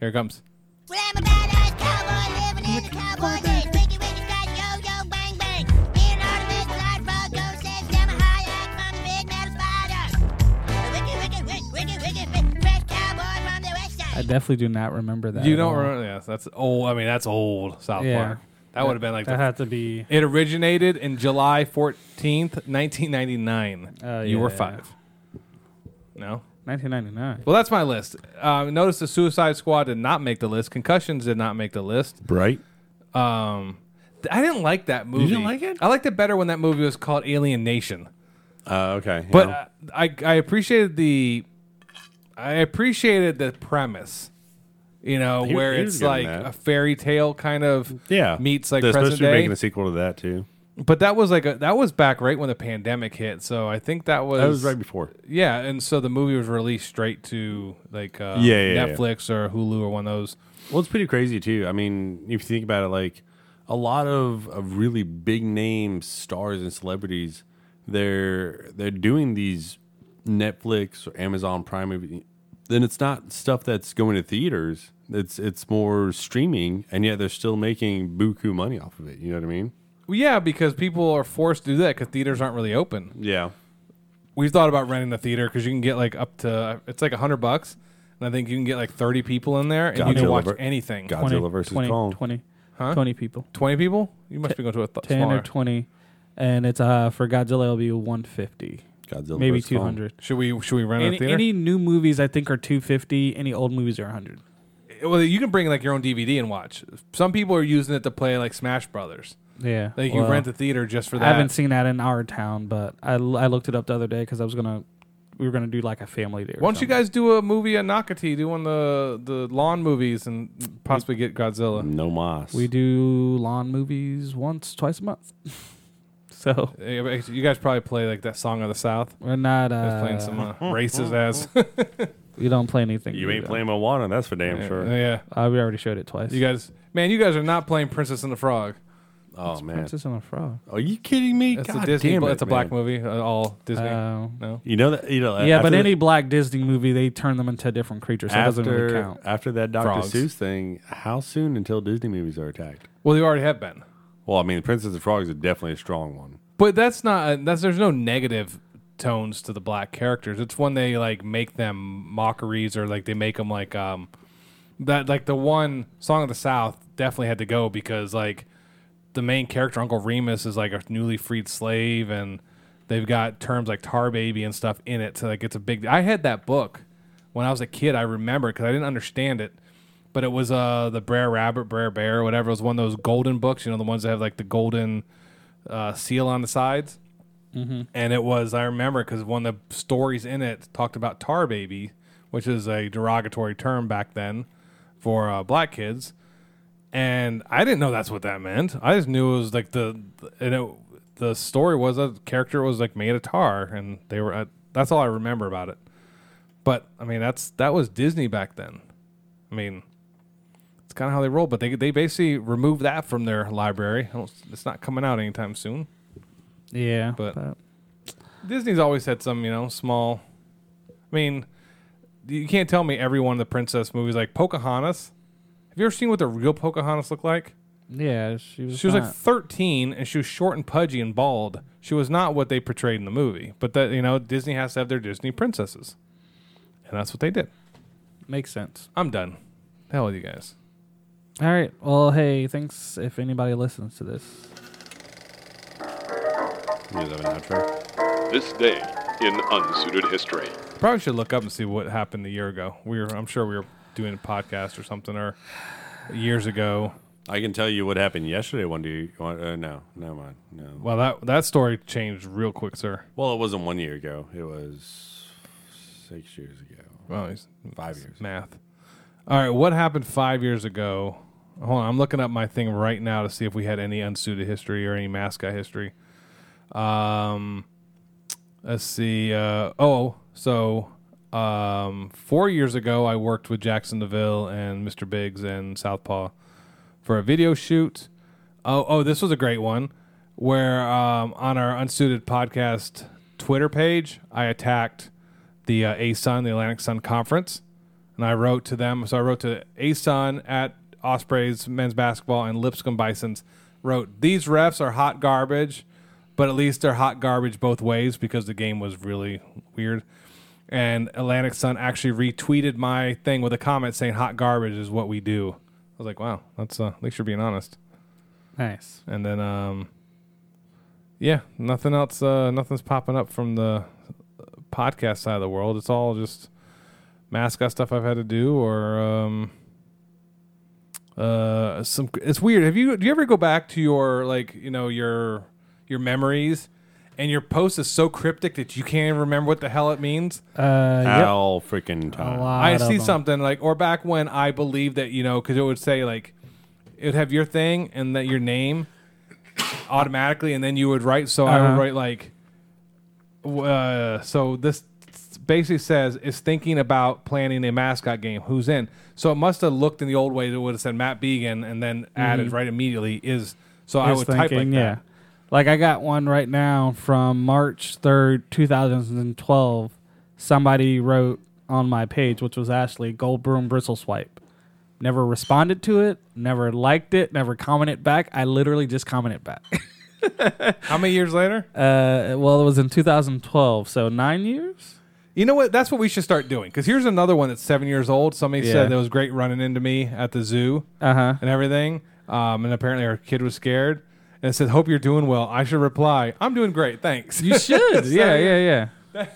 S3: Here it comes.
S11: Well, I'm a badass cowboy living in the cowboy days. Wiggy, wiggy, scat, yo, yo, bang, bang. Me and Artemis Blood Frog go save Selma Hayek from the big metal spider. Wiggy, wiggy, wiggy, wiggy, wiggy, wiggy, fresh cowboy from the west side.
S10: I definitely do not remember that.
S3: you
S10: at
S3: don't
S10: all.
S3: remember? Yeah, that's old. I mean, that's old South
S10: Yeah. Uh-huh.
S3: Park. That, would have been like
S10: That
S3: the,
S10: had to be.
S3: it originated in July fourteenth, nineteen ninety nine.
S10: Oh,
S3: You were
S10: yeah.
S3: five. No.
S10: 1999.
S3: Well, that's my list. Uh, notice the Suicide Squad did not make the list. Concussions did not make the list.
S5: Bright.
S3: Um, th- I didn't like that movie.
S5: didn't like it?
S3: I liked it better when that movie was called Alien Nation.
S5: Uh, okay. you
S3: But
S5: know.
S3: uh, I I appreciated the I appreciated the premise. You know,
S5: He-
S3: where
S5: he was
S3: it's
S5: good in
S3: like
S5: that.
S3: a fairy tale kind of
S5: yeah,
S3: meets like
S5: They're
S3: present
S5: supposed to be
S3: day.
S5: making a sequel to that too.
S3: But that was like a, that was back right when the pandemic hit, so I think that was
S5: That was right before.
S3: yeah, and so the movie was released straight to like uh,
S5: Yeah, yeah, yeah.
S3: Netflix or Hulu or one of those.
S5: Well, it's pretty crazy too. I mean, if you think about it, like a lot of, of really big name stars and celebrities, they're they're doing these Netflix or Amazon Prime movie. Then it's not stuff that's going to theaters. It's it's more streaming, and yet they're still making buku money off of it. You know what I mean?
S3: Well, yeah, because people are forced to do that because theaters aren't really open.
S5: Yeah.
S3: we've thought about renting the theater because you can get like up to uh, it's like a hundred bucks, and I think you can get like thirty people in there, and you can
S5: Godzilla
S3: watch
S5: ver-
S3: anything.
S5: Godzilla
S10: 20,
S5: versus
S10: 20,
S5: Kong.
S10: 20,
S3: Huh?
S10: 20 people.
S3: Twenty people? You must be going to a th-
S10: 10
S3: smaller.
S10: or 20. And it's uh for Godzilla, it'll be 150.
S5: Godzilla
S10: maybe
S5: versus Kong.
S10: 200.
S3: Should we should we rent a
S10: Any,
S3: theater?
S10: any new movies, I think, are 250. Any old movies are 100.
S3: well, you can bring like your own DVD and watch. Some people are using it to play like Smash Brothers.
S10: Yeah.
S3: Like you
S10: well,
S3: rent the theater just for that.
S10: I haven't seen that in our town, but I, l- I looked it up the other day because I was going to. We were going to do like a family day. or
S3: Why don't you
S10: something.
S3: guys do a movie at Nocatee, do one of the the lawn movies, and possibly get Godzilla?
S5: No mas.
S10: We do lawn movies once, twice a month. so
S3: Eh, You guys probably play like that song of the South.
S10: we're not.
S3: It's
S10: Uh,
S3: playing some uh, racist ass.
S10: we don't play anything.
S5: You
S10: new,
S5: ain't
S10: though.
S5: playing Moana. That's for damn sure.
S3: yeah.
S10: Uh, we already showed it twice.
S3: You guys, man, you guys are not playing Princess and the Frog.
S5: Oh man.
S10: Princess and the Frog.
S5: Are you kidding me?
S3: That's
S5: God
S3: a Disney.
S5: damn
S3: bl-
S5: it,
S3: that's a black
S5: man.
S3: movie. uh, all Disney.
S10: Oh.
S3: no.
S5: You know that. You know.
S10: yeah, but
S5: after-
S10: any black Disney movie, they turn them into different creatures. So it doesn't really count.
S5: after that Dr.
S3: Frogs.
S5: Seuss thing, how soon until Disney movies are attacked?
S3: Well, they already have been.
S5: Well, I mean, Princess and Frogs is definitely a strong one.
S3: But that's not. That's there's no negative tones to the black characters. It's when they like make them mockeries or like they make them like um that like the one song of the South definitely had to go because like the main character Uncle Remus is like a newly freed slave and they've got terms like tar baby and stuff in it. So like it's a big. I had that book when I was a kid. I remember because I didn't understand it. But it was uh the Brer Rabbit, Brer Bear, whatever. It was one of those golden books, you know, the ones that have like the golden uh, seal on the sides. And it was, I remember, because one of the stories in it talked about tar baby, which is a derogatory term back then for uh, black kids. And I didn't know that's what that meant. I just knew it was like the, and it, the story was a character was like made of tar, and they were, uh, that's all I remember about it. But I mean, that's, that was Disney back then. I mean, it's kind of how they roll, but they, they basically removed that from their library. I don't, it's not coming out anytime soon.
S10: Yeah,
S3: But- Disney's always had some, you know, small. I mean, you can't tell me every one of the princess movies like Pocahontas. Have you ever seen what the real Pocahontas looked like?
S10: yeah, she was.
S3: She was
S4: Uh.
S3: like
S10: not-
S3: 13 and she was short and pudgy and bald. She was not what they portrayed in the movie. But that, you know, Disney has to have their Disney princesses. And that's what they did.
S10: makes sense.
S3: I'm done. The hell with you guys.
S10: All right. Well, hey, thanks if anybody listens to this.
S5: You guys have an outro?
S6: This day in unsuited history.
S3: Probably should look up and see what happened a year ago. We were, I'm sure we were doing a podcast or something or years ago.
S5: I can tell you what happened yesterday. One day, you want- uh, no, never mind. No.
S3: Well, that that story changed real quick, sir.
S5: Well, it wasn't one year ago. It was six years ago.
S3: Well, he's
S5: Five years.
S3: math. All right, what happened five years ago? Hold on, I'm looking up my thing right now to see if we had any unsuited history or any mascot history. Um, Let's see. Uh, oh, so um, four years ago, I worked with Jackson DeVille and Mr. Biggs and Southpaw for a video shoot. Oh, oh, this was a great one where um, on our Unsuited podcast Twitter page, I attacked the uh, ASUN, the Atlantic Sun Conference, and I wrote to them. So I wrote to ASUN at Ospreys men's basketball and Lipscomb Bison's. Wrote these refs are hot garbage, but at least they're hot garbage both ways because the game was really weird. And Atlantic Sun actually retweeted my thing with a comment saying "hot garbage is what we do." I was like, "Wow, that's uh, at least you're being honest."
S4: Nice.
S3: And then, um, yeah, nothing else. Uh, nothing's popping up from the podcast side of the world. It's all just mascot stuff I've had to do, or um, uh, some. It's weird. Have you? Do you ever go back to your like you know your your memories? And your post is so cryptic that you can't even remember what the hell it means.
S10: Uh,
S5: All freaking time.
S3: Uh, I
S4: of
S3: see
S4: them.
S3: something like, or back when I believed that you know, because it would say like, it would have your thing and that your name automatically, and then you would write. So I would
S4: Uh-huh.
S3: write like, w- uh, so this basically says is thinking about planning a mascot game. Who's in? So it must have looked in the old way that would have said Matt Began and then added right immediately is. So I
S4: Mm-hmm. Is
S3: would type like that.
S4: yeah. Like I got one right now from March third, two thousand and twelve. Somebody wrote on my page, which was Ashley Goldbroom bristle swipe. Never responded to it. Never liked it. Never commented back. I literally just commented back.
S3: How many years later?
S4: Uh, well, it was in 2012, so nine years.
S3: You know what? That's what we should start doing. Because here's another one that's seven years old. Somebody
S4: Yeah.
S3: said that was great running into me at the zoo
S4: Uh huh.
S3: and everything. Um, and apparently our kid was scared. And it said, Hope you're doing well. I should reply, I'm doing great. Thanks.
S4: You should. yeah, yeah, yeah.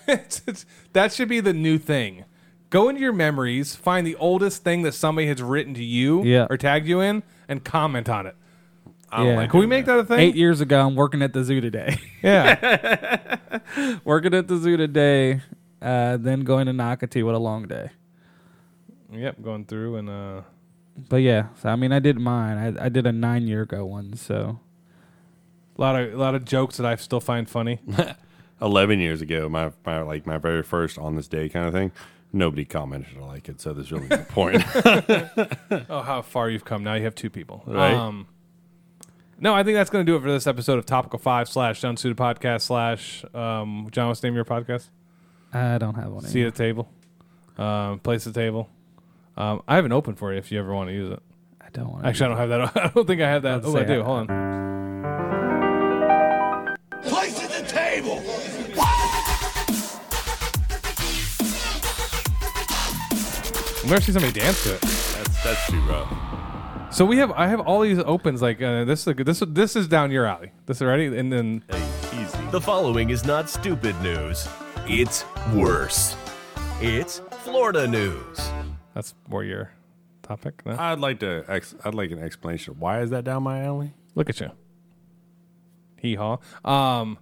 S3: It's- it's- that should be the new thing. Go into your memories, find the oldest thing that somebody has written to you
S4: Yeah.
S3: or tagged you in, and comment on it.
S5: I don't
S4: Yeah.
S5: like
S3: Can we make that a thing?
S4: Eight years ago, I'm working at the zoo today.
S3: Yeah.
S4: working at the zoo today, uh, then going to Nakati. What a long day.
S3: yep. Going through and uh,
S4: But yeah, so I mean, I did mine. I, I did a nine year ago one. So
S3: a lot of a lot of jokes that I still find funny.
S5: 11 years ago, my, my like my very first on this day kind of thing, nobody commented or like it, so there's really no point.
S3: Oh, how far you've come! Now you have two people.
S5: Right.
S3: Um, no, I think that's going to do it for this episode of Topical Five slash Unsuited Podcast slash um, John. What's the name of your podcast?
S4: I don't have one.
S3: See at the table, um, place at the table. Um, I have an open for you if you ever want to use it.
S4: I don't want
S3: Actually, I don't have that. I don't think I have that.
S4: I'd
S3: Oh, I
S4: say
S3: do.
S4: I-
S3: Hold on.
S7: Place at the table.
S3: I've never seen somebody dance to it.
S5: that's, that's too rough.
S3: So we have. I have all these opens. Like uh, this. Is a good, this. This is down your alley. This already. And then
S12: The following is not stupid news. It's worse. It's Florida news.
S3: that's more your topic. No?
S5: I'd like to. Ex- I'd like an explanation. Why is that down my alley?
S3: Look at you. Hee haw. Um,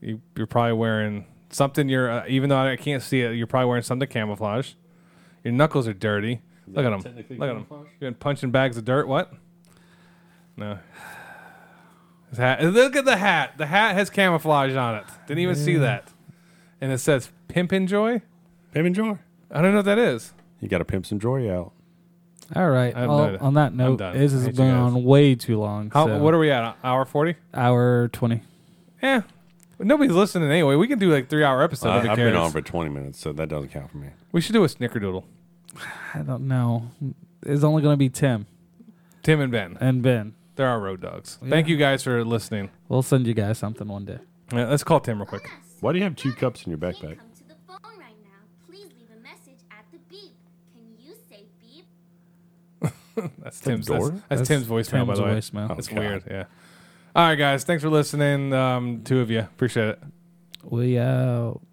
S3: you, you're probably wearing something. You're uh, even though I can't see it, you're probably wearing something camouflage. Your knuckles are dirty. Look at them. Look at them. You're been punching bags of dirt. What? No. His hat. Look at the hat. The hat has camouflage on it. Didn't even see that. And it says "Pimp Enjoy."
S5: Pimp and joy.
S3: I don't know what that is.
S5: You got to pimp some joy out.
S4: to. All right.
S3: I'm
S4: well,
S3: done.
S4: on that
S3: I'm
S4: note,
S3: done.
S4: this
S3: I
S4: has
S3: hate you
S4: been
S3: guys.
S4: on way too long.
S3: How?
S4: so-
S3: What are we at? Hour forty?
S4: hour twenty?
S3: Yeah. Nobody's listening anyway. We can do like three hour episode.
S5: I,
S3: if it
S5: I've been
S3: cares.
S5: on for 20 minutes, so that doesn't count for me.
S3: We should do a snickerdoodle.
S4: I don't know. It's only going to be Tim
S3: Tim and Ben.
S4: and Ben.
S3: They're our road dogs. Thank you guys for listening.
S4: We'll send you guys something one day.
S3: Yeah, let's call Tim real quick.
S5: Why do you have two cups in your backpack?
S11: come to the phone right now. Please leave a message at the beep. Can you say beep?
S3: That's Tim's.
S5: door? Oh,
S3: That's, that's
S4: That's
S3: Tim's voicemail, by
S4: Tim's
S3: the way.
S4: voicemail.
S3: That's
S5: God.
S3: weird. Yeah. All right, guys. Thanks for listening. Um, two of you. Appreciate it.
S4: We uh, out.